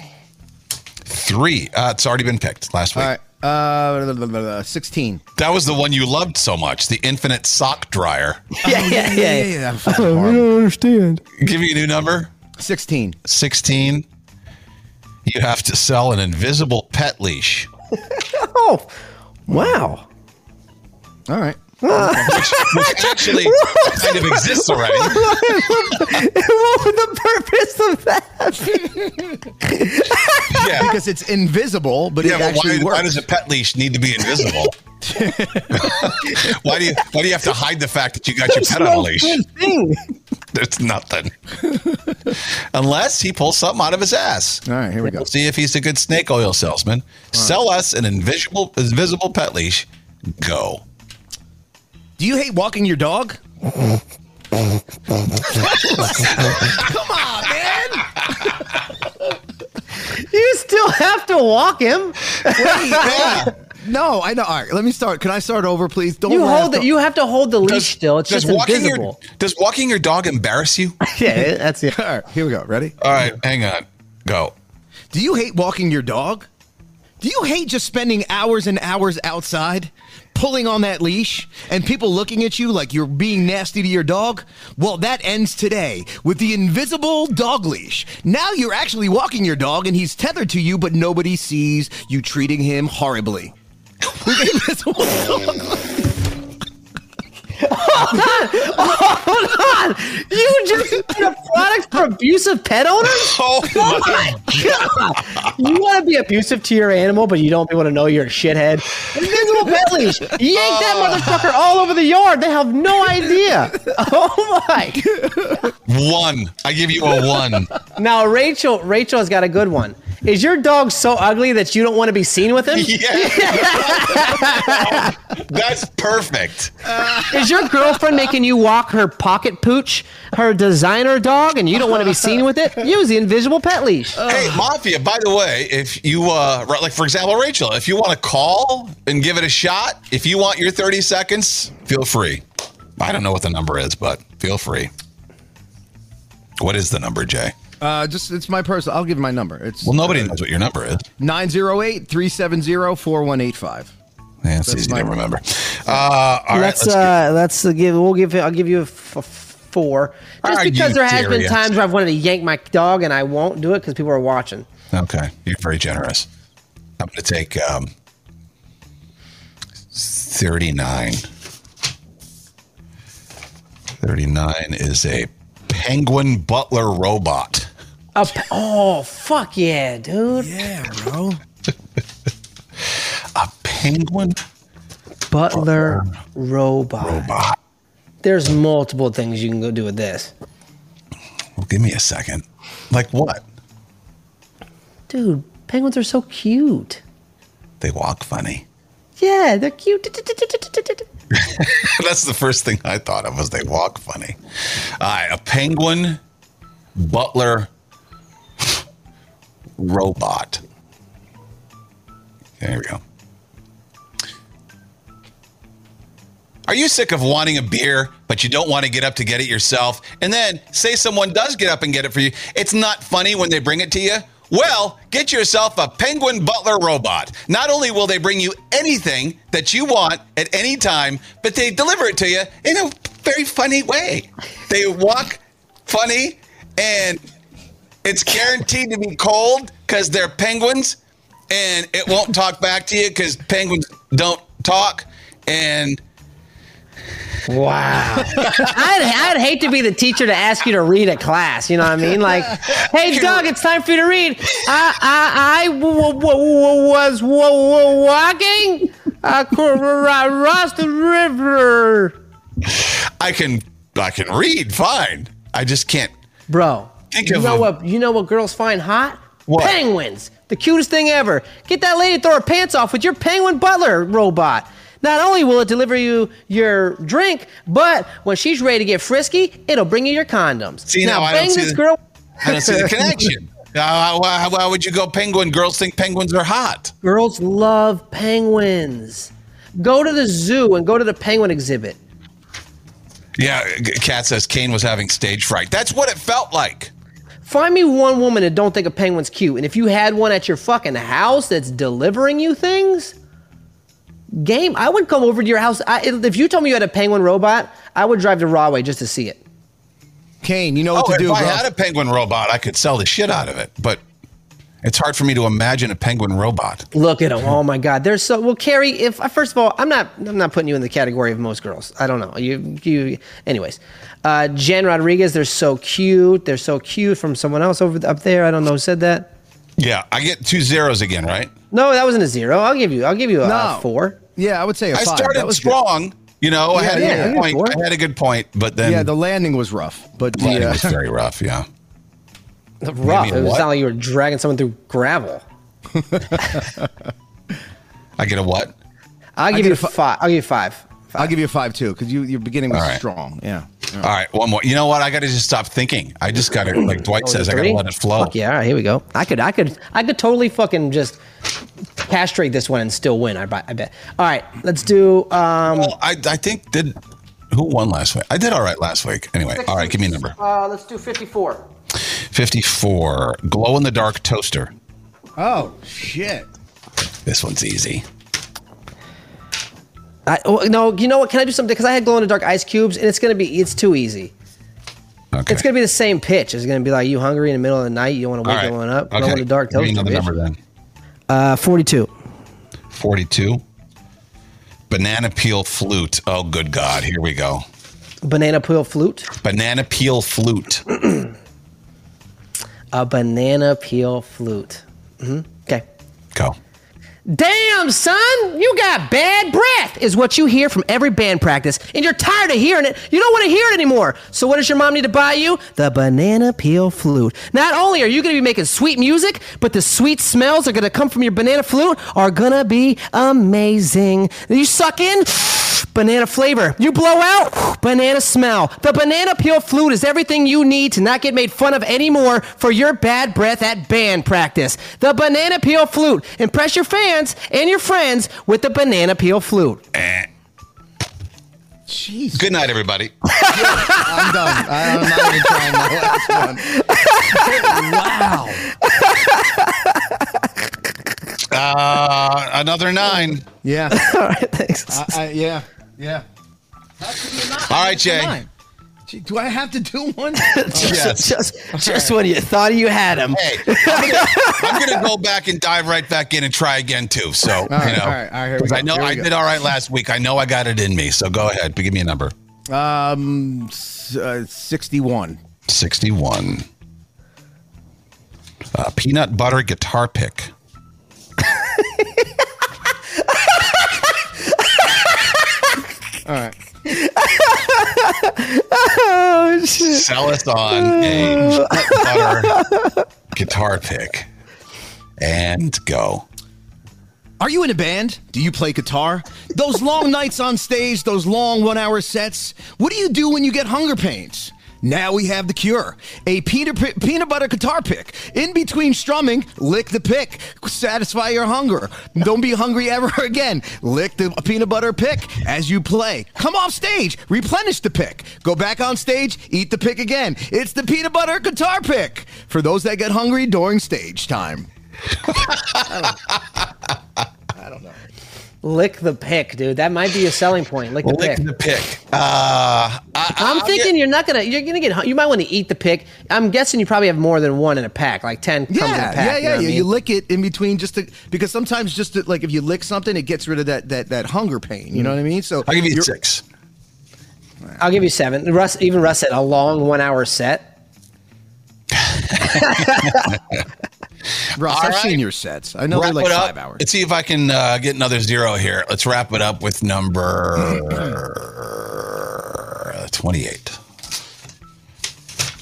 S2: Three. Uh, it's already been picked last week.
S5: All right. Uh, blah, blah, blah, blah, sixteen.
S2: That was the one you loved so much, the infinite sock dryer.
S3: yeah, yeah, yeah. yeah.
S5: I'm fucking horrible.
S3: understand.
S2: Give me a new number.
S5: Sixteen.
S2: 16. You have to sell an invisible pet leash.
S3: Oh, wow.
S5: All right.
S2: which actually kind of exists already.
S3: what would the purpose of that?
S2: Yeah.
S5: Because it's invisible, but
S2: yeah,
S5: it
S2: but why,
S5: actually works.
S2: why does a pet leash need to be invisible? why do you why do you have to hide the fact that you got your pet on a leash?
S3: thing.
S2: There's nothing. Unless he pulls something out of his ass.
S5: All right, here we go.
S2: We'll see if he's a good snake oil salesman. Sell us an invisible invisible pet leash. Go.
S5: Do you hate walking your dog? Come on, man.
S3: You still have to walk him.
S2: Yeah.
S5: No, I know. All right, let me start. Can I start over, please? Don't
S3: You
S5: laugh.
S3: hold it. You have to hold the leash still. It's just
S2: your,
S3: invisible.
S2: does walking your dog embarrass you?
S3: yeah, that's it.
S5: All right, here we go. Ready?
S2: All right, hang on. Go.
S5: Do you hate walking your dog? Do you hate just spending hours and hours outside, pulling on that leash, and people looking at you like you're being nasty to your dog? Well, that ends today with the invisible dog leash. Now you're actually walking your dog and he's tethered to you, but nobody sees you treating him horribly. With the invisible dog leash.
S3: God, you just made a product for abusive pet owners.
S2: Oh my
S3: God. You want to be abusive to your animal, but you don't want to know you're a shithead. Invisible pet leash. Yank
S2: Oh.
S3: that motherfucker all over the yard. They have no idea. Oh my.
S2: One. I give you a one.
S3: Now Rachel, Rachel has got a good one. Is your dog so ugly that you don't want to be seen with him?
S2: Yeah. That's perfect.
S3: Is your girlfriend making you walk her pocket pooch, her designer dog, and you don't want to be seen with it? Use the invisible pet leash.
S2: Hey, Mafia, by the way, if you, uh, right, like, for example, Rachel, if you want to call and give it a shot, if you want your 30 seconds, feel free. I don't know what the number is, but feel free. What is the number, Jay?
S5: Uh, just it's my personal. I'll give my number. It's
S2: Well, nobody knows what your number is.
S5: 908 370 4185.
S2: Yeah, it's easy
S5: my-
S2: to remember. Uh, all right,
S3: let's
S2: let's
S3: uh, let's uh, give. We'll give. I'll give you a f- f- four. Just
S2: Are
S3: because
S2: you
S3: there has been
S2: serious?
S3: times where I've wanted to yank my dog and I won't do it because people are watching.
S2: Okay, you're very generous. I'm going to take um, 39. 39 is a penguin butler robot.
S3: A p- oh fuck yeah, dude!
S5: Yeah, bro.
S2: A penguin
S3: Butler robot.
S2: robot.
S3: There's multiple things you can go do with this,
S2: Well, give me a second. Like what?
S3: dude. Penguins are so cute.
S2: They walk funny.
S3: Yeah, they're cute.
S2: That's the first thing I thought of was they walk funny. All right, a penguin butler robot. There we go. Are you sick of wanting a beer, but you don't want to get up to get it yourself? And then say someone does get up and get it for you. It's not funny when they bring it to you. Well, get yourself a Penguin Butler robot. Not only will they bring you anything that you want at any time, but they deliver it to you in a very funny way. They walk funny and it's guaranteed to be cold because they're penguins, and it won't talk back to you because penguins don't talk. And
S3: Wow. I'd, I'd hate to be the teacher to ask you to read a class. You know what I mean? Like, hey, Doug, it's time for you to read. I, I, I w- w- w- was w- w- walking across the river.
S2: I can I can read fine. I just can't.
S3: Bro,
S2: Think
S3: you
S2: of
S3: know,
S2: a-
S3: what, you know what girls find hot?
S2: What?
S3: Penguins. The cutest thing ever. Get that lady to throw her pants off with your penguin butler robot. Not only will it deliver you your drink, but when she's ready to get frisky, it'll bring you your condoms.
S2: See, now I don't
S3: bang
S2: see
S3: this
S2: the-
S3: girl.
S2: I don't see the connection. Uh, why, why would you go penguin? Girls think penguins are hot.
S3: Girls love penguins. Go to the zoo and go to the penguin exhibit.
S2: Yeah, Kat says Kane was having stage fright. That's what it felt like.
S3: Find me one woman that don't think a penguin's cute. And if you had one at your fucking house that's delivering you things, game. I would come over to your house. I, if you told me you had a penguin robot, I would drive to Rahway just to see it.
S5: Kane, you know
S2: Oh,
S5: what to
S2: if
S5: do,
S2: I
S5: bro.
S2: had a penguin robot, I could sell the shit out of it. But it's hard for me to imagine a penguin robot.
S3: Look at them. Oh my God. They're so well, Carrie. If uh, first of all, I'm not, I'm not putting you in the category of most girls. I don't know you. You, anyways. Uh, Jen Rodriguez. They're so cute. They're so cute from someone else over up there. I don't know who said that.
S2: Yeah, I get two zeros again, right?
S3: No, that wasn't a zero. I'll give you. I'll give you a uh, four.
S5: Yeah, I would say a
S2: I
S5: five. That
S2: started
S5: was good.
S2: strong. You know, I
S5: Yeah,
S2: had a
S5: yeah,
S2: good
S5: yeah,
S2: point.
S3: sure.
S2: I had a good point, but then
S5: Yeah, the landing was rough, but
S2: the lighting
S5: the, uh,
S2: was very rough. Yeah,
S3: Rough. It
S2: a
S3: was
S2: what?
S3: not like you were dragging someone through gravel.
S2: I get a what?
S3: I'll give
S5: get
S3: you
S5: a fi-
S3: five. I'll give you five.
S5: I'll give you a five too because you your beginning was
S2: All right.
S5: strong. Yeah.
S2: All right, one more. You know what? I got to just stop thinking. I just got to, like Dwight
S3: Oh, is
S2: says,
S3: it
S2: I got to
S3: three?
S2: let it flow.
S3: Fuck yeah! All right, here we go. I could, I could, I could totally fucking just castrate this one and still win. I, bet- I bet. All right, let's do. Um,
S2: Well, I, I think did who won last week? I did all right last week. Anyway, all right, give me a number.
S3: uh, let's do fifty-four.
S2: Fifty-four. Glow in the dark toaster.
S5: Oh shit.
S2: This one's easy.
S3: I, oh, no, you know what? Can I do something? Because I had glow in the dark ice cubes, and it's gonna be, it's too easy.
S2: Okay.
S3: It's gonna be the same pitch. It's gonna be like you hungry in the middle of the night. You don't want to
S2: all
S3: wake
S2: right.
S3: anyone up.
S2: Okay.
S3: Glow in the dark
S2: Give me
S3: toaster.
S2: another
S3: bitch.
S2: number then.
S3: Uh, Forty-two.
S2: Forty-two. Banana peel flute. Oh, good God! Here we go.
S3: Banana peel flute.
S2: Banana peel flute.
S3: A banana peel flute. hmm Okay.
S2: Go.
S3: Damn, son, you got bad breath, is what you hear from every band practice, and you're tired of hearing it. You don't want to hear it anymore. So, what does your mom need to buy you? The banana peel flute. Not only are you going to be making sweet music, but the sweet smells are going to come from your banana flute are going to be amazing. You suck in. Banana flavor. You blow out banana smell. The banana peel flute is everything you need to not get made fun of anymore for your bad breath at band practice. The banana peel flute. Impress your fans and your friends with the banana peel flute.
S5: Jeez.
S2: Eh. Good night, everybody.
S5: I'm done. I, am not even trying the last one. wow.
S2: Uh, another nine.
S5: Yeah.
S3: All right, thanks.
S5: I, I, yeah. Yeah.
S2: All right, Jay.
S5: Nine. Gee, do I have to do one?
S2: Yes.
S3: just, just, just when you thought you had him.
S2: Hey, I'm gonna, I'm gonna go back and dive right back in and try again too. So you know,
S5: right, all right, all right, here we
S2: 'cause
S5: go,
S2: I know
S5: here we
S2: I
S5: go.
S2: did all right last week. I know I got it in me. So go ahead, give me a number.
S5: um, s- uh, sixty-one.
S2: 61. Uh, peanut butter guitar pick.
S5: All right.
S3: Oh, shit.
S2: Sell us on a peanut butter guitar pick. And go.
S5: Are you in a band? Do you play guitar? Those long nights on stage, those long one hour sets. What do you do when you get hunger pains? Now we have the cure. A peanut, pi- peanut butter guitar pick. In between strumming, lick the pick. Satisfy your hunger. Don't be hungry ever again. Lick the peanut butter pick as you play. Come off stage, replenish the pick. Go back on stage, eat the pick again. It's the peanut butter guitar pick for those that get hungry during stage time.
S3: Lick the pick, dude. That might be a selling point. Lick the
S2: Lick
S3: pick.
S2: the pick. Uh, I,
S3: I'm thinking you're not gonna. You're gonna get. hu- You might want to eat the pick. I'm guessing you probably have more than one in a pack, like ten
S5: Yeah,
S3: comes in a pack.
S5: yeah,
S3: you
S5: yeah,
S3: know
S5: yeah.
S3: what I mean?
S5: You lick it in between just to because sometimes just to, like if you lick something, it gets rid of that that that hunger pain. You know what I mean? So
S2: I'll give you
S5: you're-
S2: six.
S3: I'll give you seven. Russ, even Russ said a long one-hour set.
S5: Russ,
S2: All
S5: I've
S2: right.
S5: seen your sets. I know they're like
S2: it
S5: five
S2: up.
S5: hours.
S2: Let's see if I can uh, get another zero here. Let's wrap it up with number 28.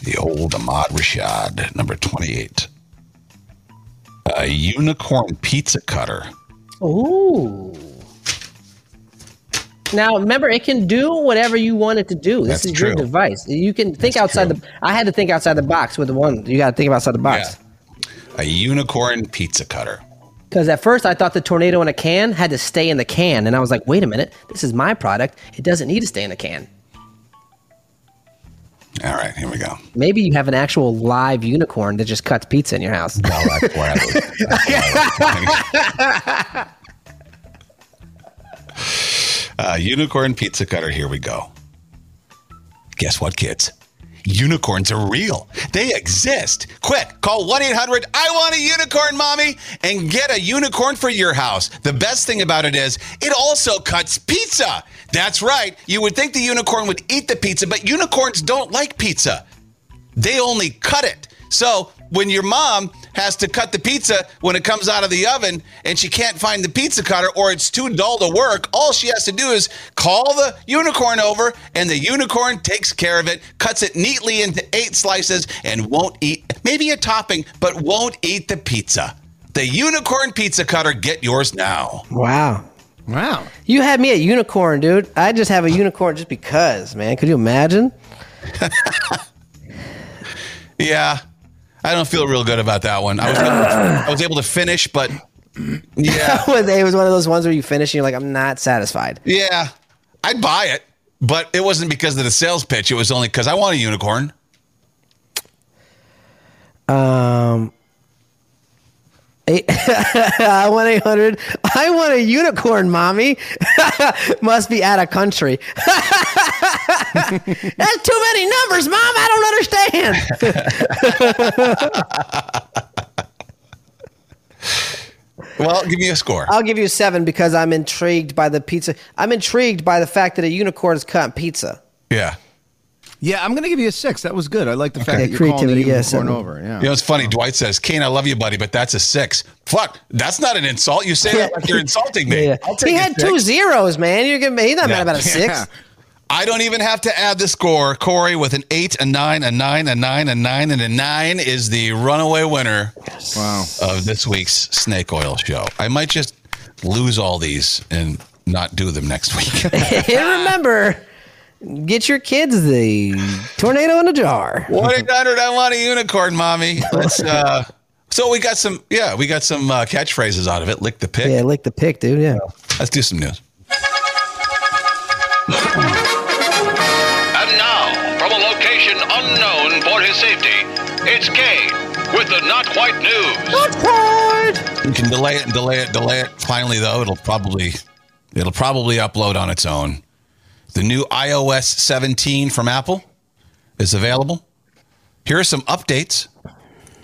S2: The old Ahmad Rashad, number 28. A unicorn pizza cutter.
S3: Ooh. Now remember, it can do whatever you want it to do. This
S2: That's
S3: is your
S2: true.
S3: device. You can think
S2: That's
S3: outside
S2: true.
S3: the. I had to think outside the box with the one. You got to think outside the box.
S2: A unicorn pizza cutter.
S3: Because at first I thought the tornado in a can had to stay in the can, and I was like, wait a minute, this is my product. It doesn't need to stay in a can.
S2: All right, here we go.
S3: Maybe you have an actual live unicorn that just cuts pizza in your house.
S2: No, that's where I was- that's where I was. Uh, unicorn pizza cutter. Here we go. Guess what, kids? Unicorns are real. They exist. Quick, call 1 800 I want a unicorn, mommy, and get a unicorn for your house. The best thing about it is it also cuts pizza. That's right. You would think the unicorn would eat the pizza, but unicorns don't like pizza they only cut it. So when your mom has to cut the pizza when it comes out of the oven and she can't find the pizza cutter or it's too dull to work, all she has to do is call the unicorn over and the unicorn takes care of it, cuts it neatly into eight slices and won't eat maybe a topping, but won't eat the pizza. The unicorn pizza cutter, get yours now.
S3: Wow.
S5: wow.
S3: You had me at unicorn, dude. I just have a unicorn just because, man. Could you imagine?
S2: Yeah. I don't feel real good about that one. I was, I was able to finish, but yeah.
S3: it was one of those ones where you finish and you're like, I'm not satisfied.
S2: Yeah, I'd buy it, but it wasn't because of the sales pitch. It was only because I want a unicorn.
S3: Um, eight- I want 800. I want a unicorn, mommy. Must be out of country. That's too many numbers, mom. I don't understand.
S2: Well, give me a score.
S3: I'll give you a seven because I'm intrigued by the pizza. I'm intrigued by the fact that a unicorn is cutting pizza.
S2: yeah.
S5: Yeah, I'm gonna give you a six. That was good. I like the fact
S3: Yeah,
S5: that you're calling the
S3: creativity, yeah, seven.
S5: unicorn over. Yeah.
S2: You know, it's funny. Dwight says, Kane, I love you, buddy, but that's a six. Fuck, that's not an insult. You say that like you're insulting me.
S3: Yeah.
S2: I'll take
S3: He
S2: a
S3: had
S2: six.
S3: two zeros, man. You're gonna, he's not
S2: Yeah.
S3: mad about a six.
S5: Yeah.
S2: I don't even have to add the score. Corey with an eight, a nine, a nine, a nine, a nine, and a nine is the runaway winner
S5: Wow.
S2: of this week's Snake Oil Show. I might just lose all these and not do them next week.
S3: and remember, get your kids the tornado in a jar.
S2: One eight hundred. I want a unicorn, mommy. Let's. Uh, so we got some. Yeah, we got some uh, catchphrases out of it. Lick the pick.
S3: Yeah, lick the pick, dude. Yeah.
S2: Let's do some news.
S7: And now, from a location unknown for his safety, it's Kane with the Not Quite News.
S2: You can delay it and delay it, delay it. Finally, though, it'll probably it'll probably upload on its own. The new iOS 17 from Apple is available. Here are some updates.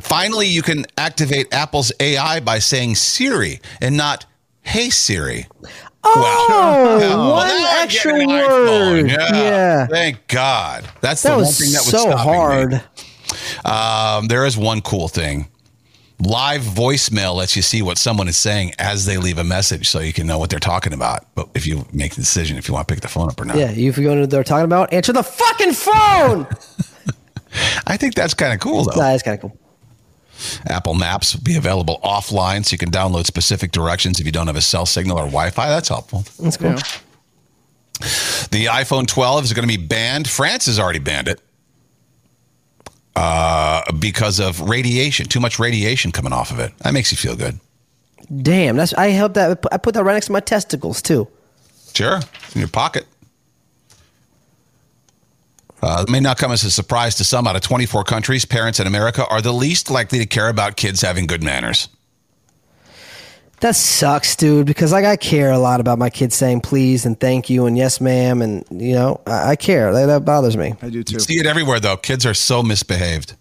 S2: Finally, you can activate Apple's AI by saying Siri and not Hey Siri.
S3: Oh,
S2: Yeah, well,
S3: one
S2: now I'm
S3: extra
S2: getting an iPhone.
S3: word.
S2: Yeah,
S3: Yeah.
S2: Thank God. That's the
S3: That
S2: one
S3: was
S2: thing that was
S3: so
S2: stopping me.
S3: hard.
S2: Um, there is one cool thing. Live voicemail lets you see what someone is saying as they leave a message, so you can know what they're talking about. But if you make the decision if you want to pick the phone up or not,
S3: Yeah, you forgot what they're talking about? Answer the fucking phone.
S2: Oh. I think that's kind of cool though.
S3: nah, that's kind of cool.
S2: Apple Maps will be available offline, so you can download specific directions if you don't have a cell signal or Wi-Fi. That's helpful.
S3: That's cool.
S2: The iPhone 12 is going to be banned. France has already banned it uh, because of radiation. Too much radiation coming off of it. That makes you feel good.
S3: Damn, that's I helped that. I put that right next to my testicles too.
S2: Sure, in your pocket. Uh, it may not come as a surprise to some. Out of 24 countries, parents in America are the least likely to care about kids having good manners.
S3: That sucks, dude. Because like I care a lot about my kids saying please and thank you and yes, ma'am, and you know I, I care. That, that bothers me.
S5: I do too.
S2: See it everywhere, though. Kids are so misbehaved.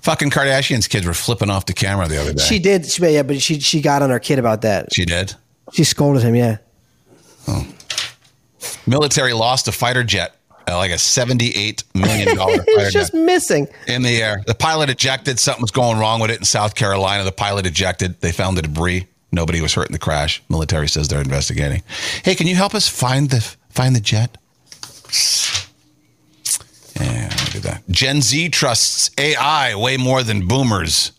S2: Fucking Kardashian's kids were flipping off the camera the other day.
S3: She did, she, yeah, but she she got on her kid about that.
S2: she did.
S3: She scolded him. Yeah,
S2: Military lost a fighter jet, uh, like a $78 million fighter
S3: it's just
S2: jet
S3: missing.
S2: in the air. The pilot ejected. Something was going wrong with it in South Carolina. The pilot ejected. They found the debris. Nobody was hurt in the crash. Military says they're investigating. Hey, can you help us find the find the jet? Yeah, look at that. Gen Z trusts AI way more than boomers.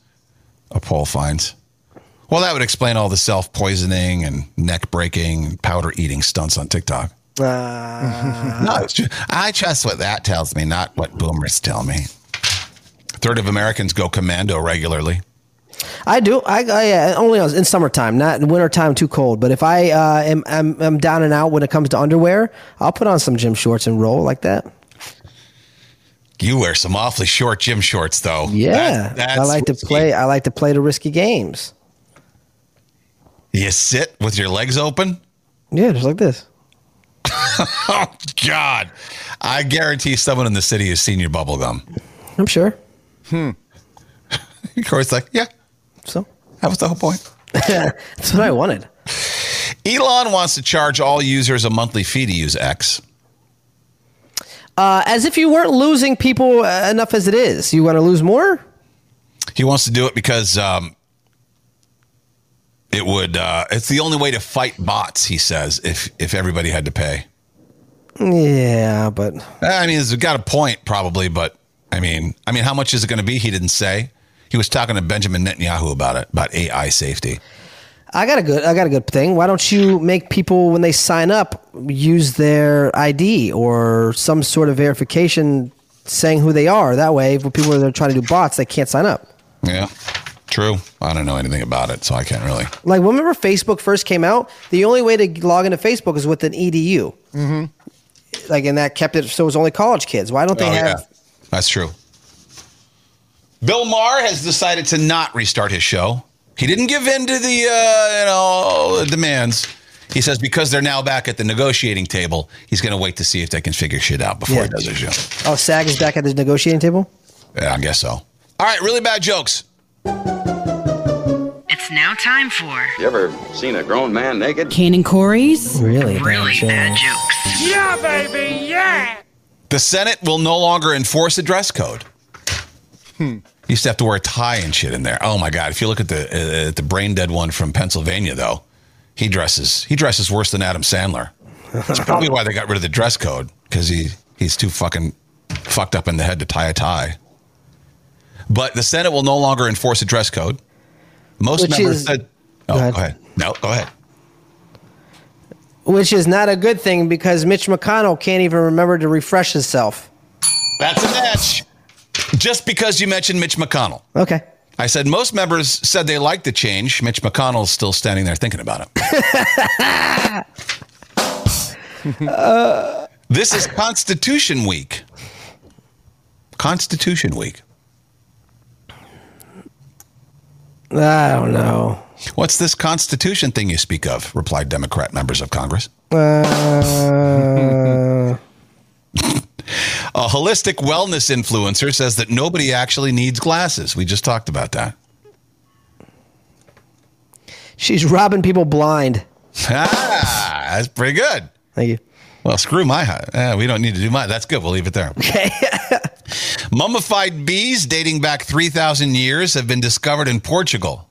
S2: A poll finds. Well, that would explain all the self poisoning and neck breaking, powder eating stunts on TikTok.
S3: Ah.
S2: No,
S3: Uh-huh.
S2: it's true. I trust what that tells me, not what boomers tell me. Third of Americans go commando regularly.
S3: I do. I, I yeah, only in summertime, not in wintertime. Too cold. But if I uh, am I'm, I'm down and out when it comes to underwear, I'll put on some gym shorts and roll like that.
S2: You wear some awfully short gym shorts, though.
S3: Yeah,
S2: That- that's
S3: I like to
S2: risky.
S3: play. I like to play the risky games.
S2: You sit with your legs open.
S3: Yeah, just like this.
S2: Oh God! I guarantee someone in the city has seen your bubble gum.
S3: I'm sure.
S2: Corey's like, yeah,
S3: So
S2: that was the whole point.
S3: that's what I wanted.
S2: Elon wants to charge all users a monthly fee to use X.
S3: Uh, as if you weren't losing people uh, enough as it is. You want to lose more?
S2: He wants to do it because um, it would. Uh, it's the only way to fight bots. He says if if everybody had to pay.
S3: Yeah, but
S2: I mean, he's got a point probably, but I mean, I mean, how much is it going to be? He didn't say. He was talking to Benjamin Netanyahu about it, about AI safety.
S3: I got a good. I got a good thing. Why don't you make people when they sign up use their ID or some sort of verification saying who they are? That way, if people are trying to do bots, they can't sign up.
S2: Yeah, true. I don't know anything about it, so I can't really.
S3: Like remember Facebook first came out, the only way to log into Facebook is with an edu. Mm-hmm. Like and that kept it so it was only college kids. Why don't they
S2: Oh,
S3: have?
S2: yeah. That's true. Bill Maher has decided to not restart his show. He didn't give in to the uh, you know the demands. He says because they're now back at the negotiating table, he's going to wait to see if they can figure shit out before
S3: Yeah.
S2: he does his show.
S3: Oh, SAG is back at the negotiating table.
S2: Yeah, I guess so. All right, really bad jokes.
S8: It's now time for
S9: You ever seen a grown man naked?
S1: Kane and Corey's
S3: Really?
S8: really bad jokes.
S2: The Senate will no longer enforce a dress code. You used to have to wear a tie and shit in there. Oh my god! If you look at the uh, at the brain dead one from Pennsylvania, though, he dresses he dresses worse than Adam Sandler. That's probably why they got rid of the dress code because he he's too fucking fucked up in the head to tie a tie. But the Senate will no longer enforce a dress code. Most
S3: Which
S2: members
S3: is-
S2: said, "Oh,
S3: Go ahead.
S2: go ahead. No, go ahead."
S3: Which is not a good thing because Mitch McConnell can't even remember to refresh himself.
S2: That's a match. Just because you mentioned Mitch McConnell.
S3: Okay.
S2: I said most members said they liked the change. Mitch McConnell's still standing there thinking about it. this is Constitution Week. Constitution Week.
S3: I don't know.
S2: What's this Constitution thing you speak of? replied Democrat members of Congress.
S3: Uh,
S2: A holistic wellness influencer says that nobody actually needs glasses. We just talked about that.
S3: She's robbing people blind.
S2: Ah, that's pretty good.
S3: Thank you.
S2: Well, screw my high. Eh, we don't need to do mine. That's good. We'll leave it there. Okay. Mummified bees dating back 3,000 years have been discovered in Portugal.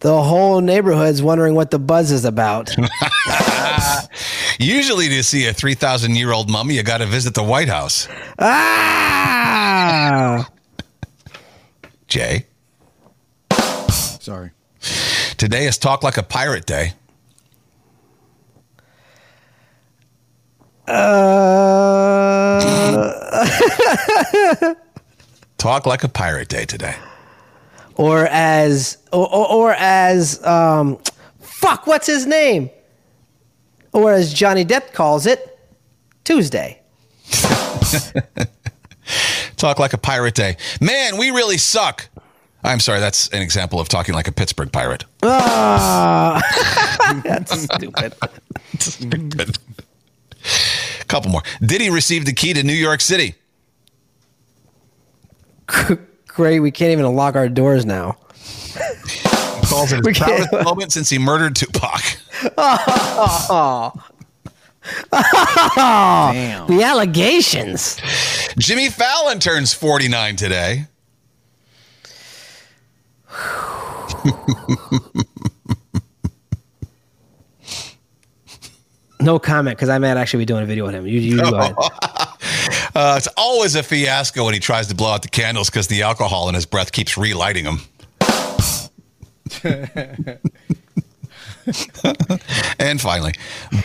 S3: The whole neighborhood's wondering what the buzz is about.
S2: Usually, to see a 3,000 year old mummy, you got to visit the White House.
S3: ah!
S2: Jay,
S5: Sorry.
S2: today is Talk Like a Pirate Day.
S3: Uh,
S2: Talk Like a Pirate Day today.
S3: or as or, or, or as um, fuck, what's his name? Or as Johnny Depp calls it, Tuesday.
S2: Talk Like a Pirate Day. Man, we really suck. I'm sorry. That's an example of talking like a Pittsburgh pirate.
S3: Ah, that's stupid.
S2: Couple more. Diddy received the key to New York City.
S3: Great, we can't even unlock our doors now.
S2: calls it
S3: We
S2: his
S3: can't-
S2: proudest moment since he murdered Tupac.
S3: The allegations.
S2: Jimmy Fallon turns 49 today.
S3: No comment because I might actually be doing a video on him. You, you go ahead.
S2: Uh, it's always a fiasco when he tries to blow out the candles because the alcohol in his breath keeps relighting them. and finally,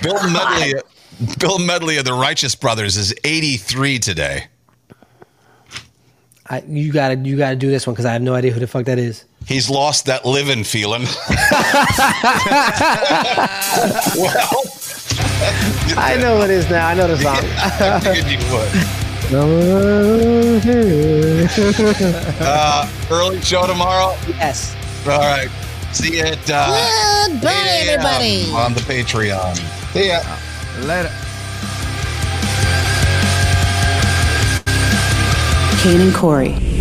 S2: Bill Medley, Bill Medley of the Righteous Brothers is 83 today.
S3: I, you gotta you gotta do this one because I have no idea who the fuck that is.
S2: He's lost that living feeling. well,
S3: I know it is now. I know the song.
S2: I figured you would. Uh, early show tomorrow.
S3: yes.
S2: All right. See you at uh, bye, everybody on the Patreon. See ya.
S5: Later.
S1: Kane and Corey.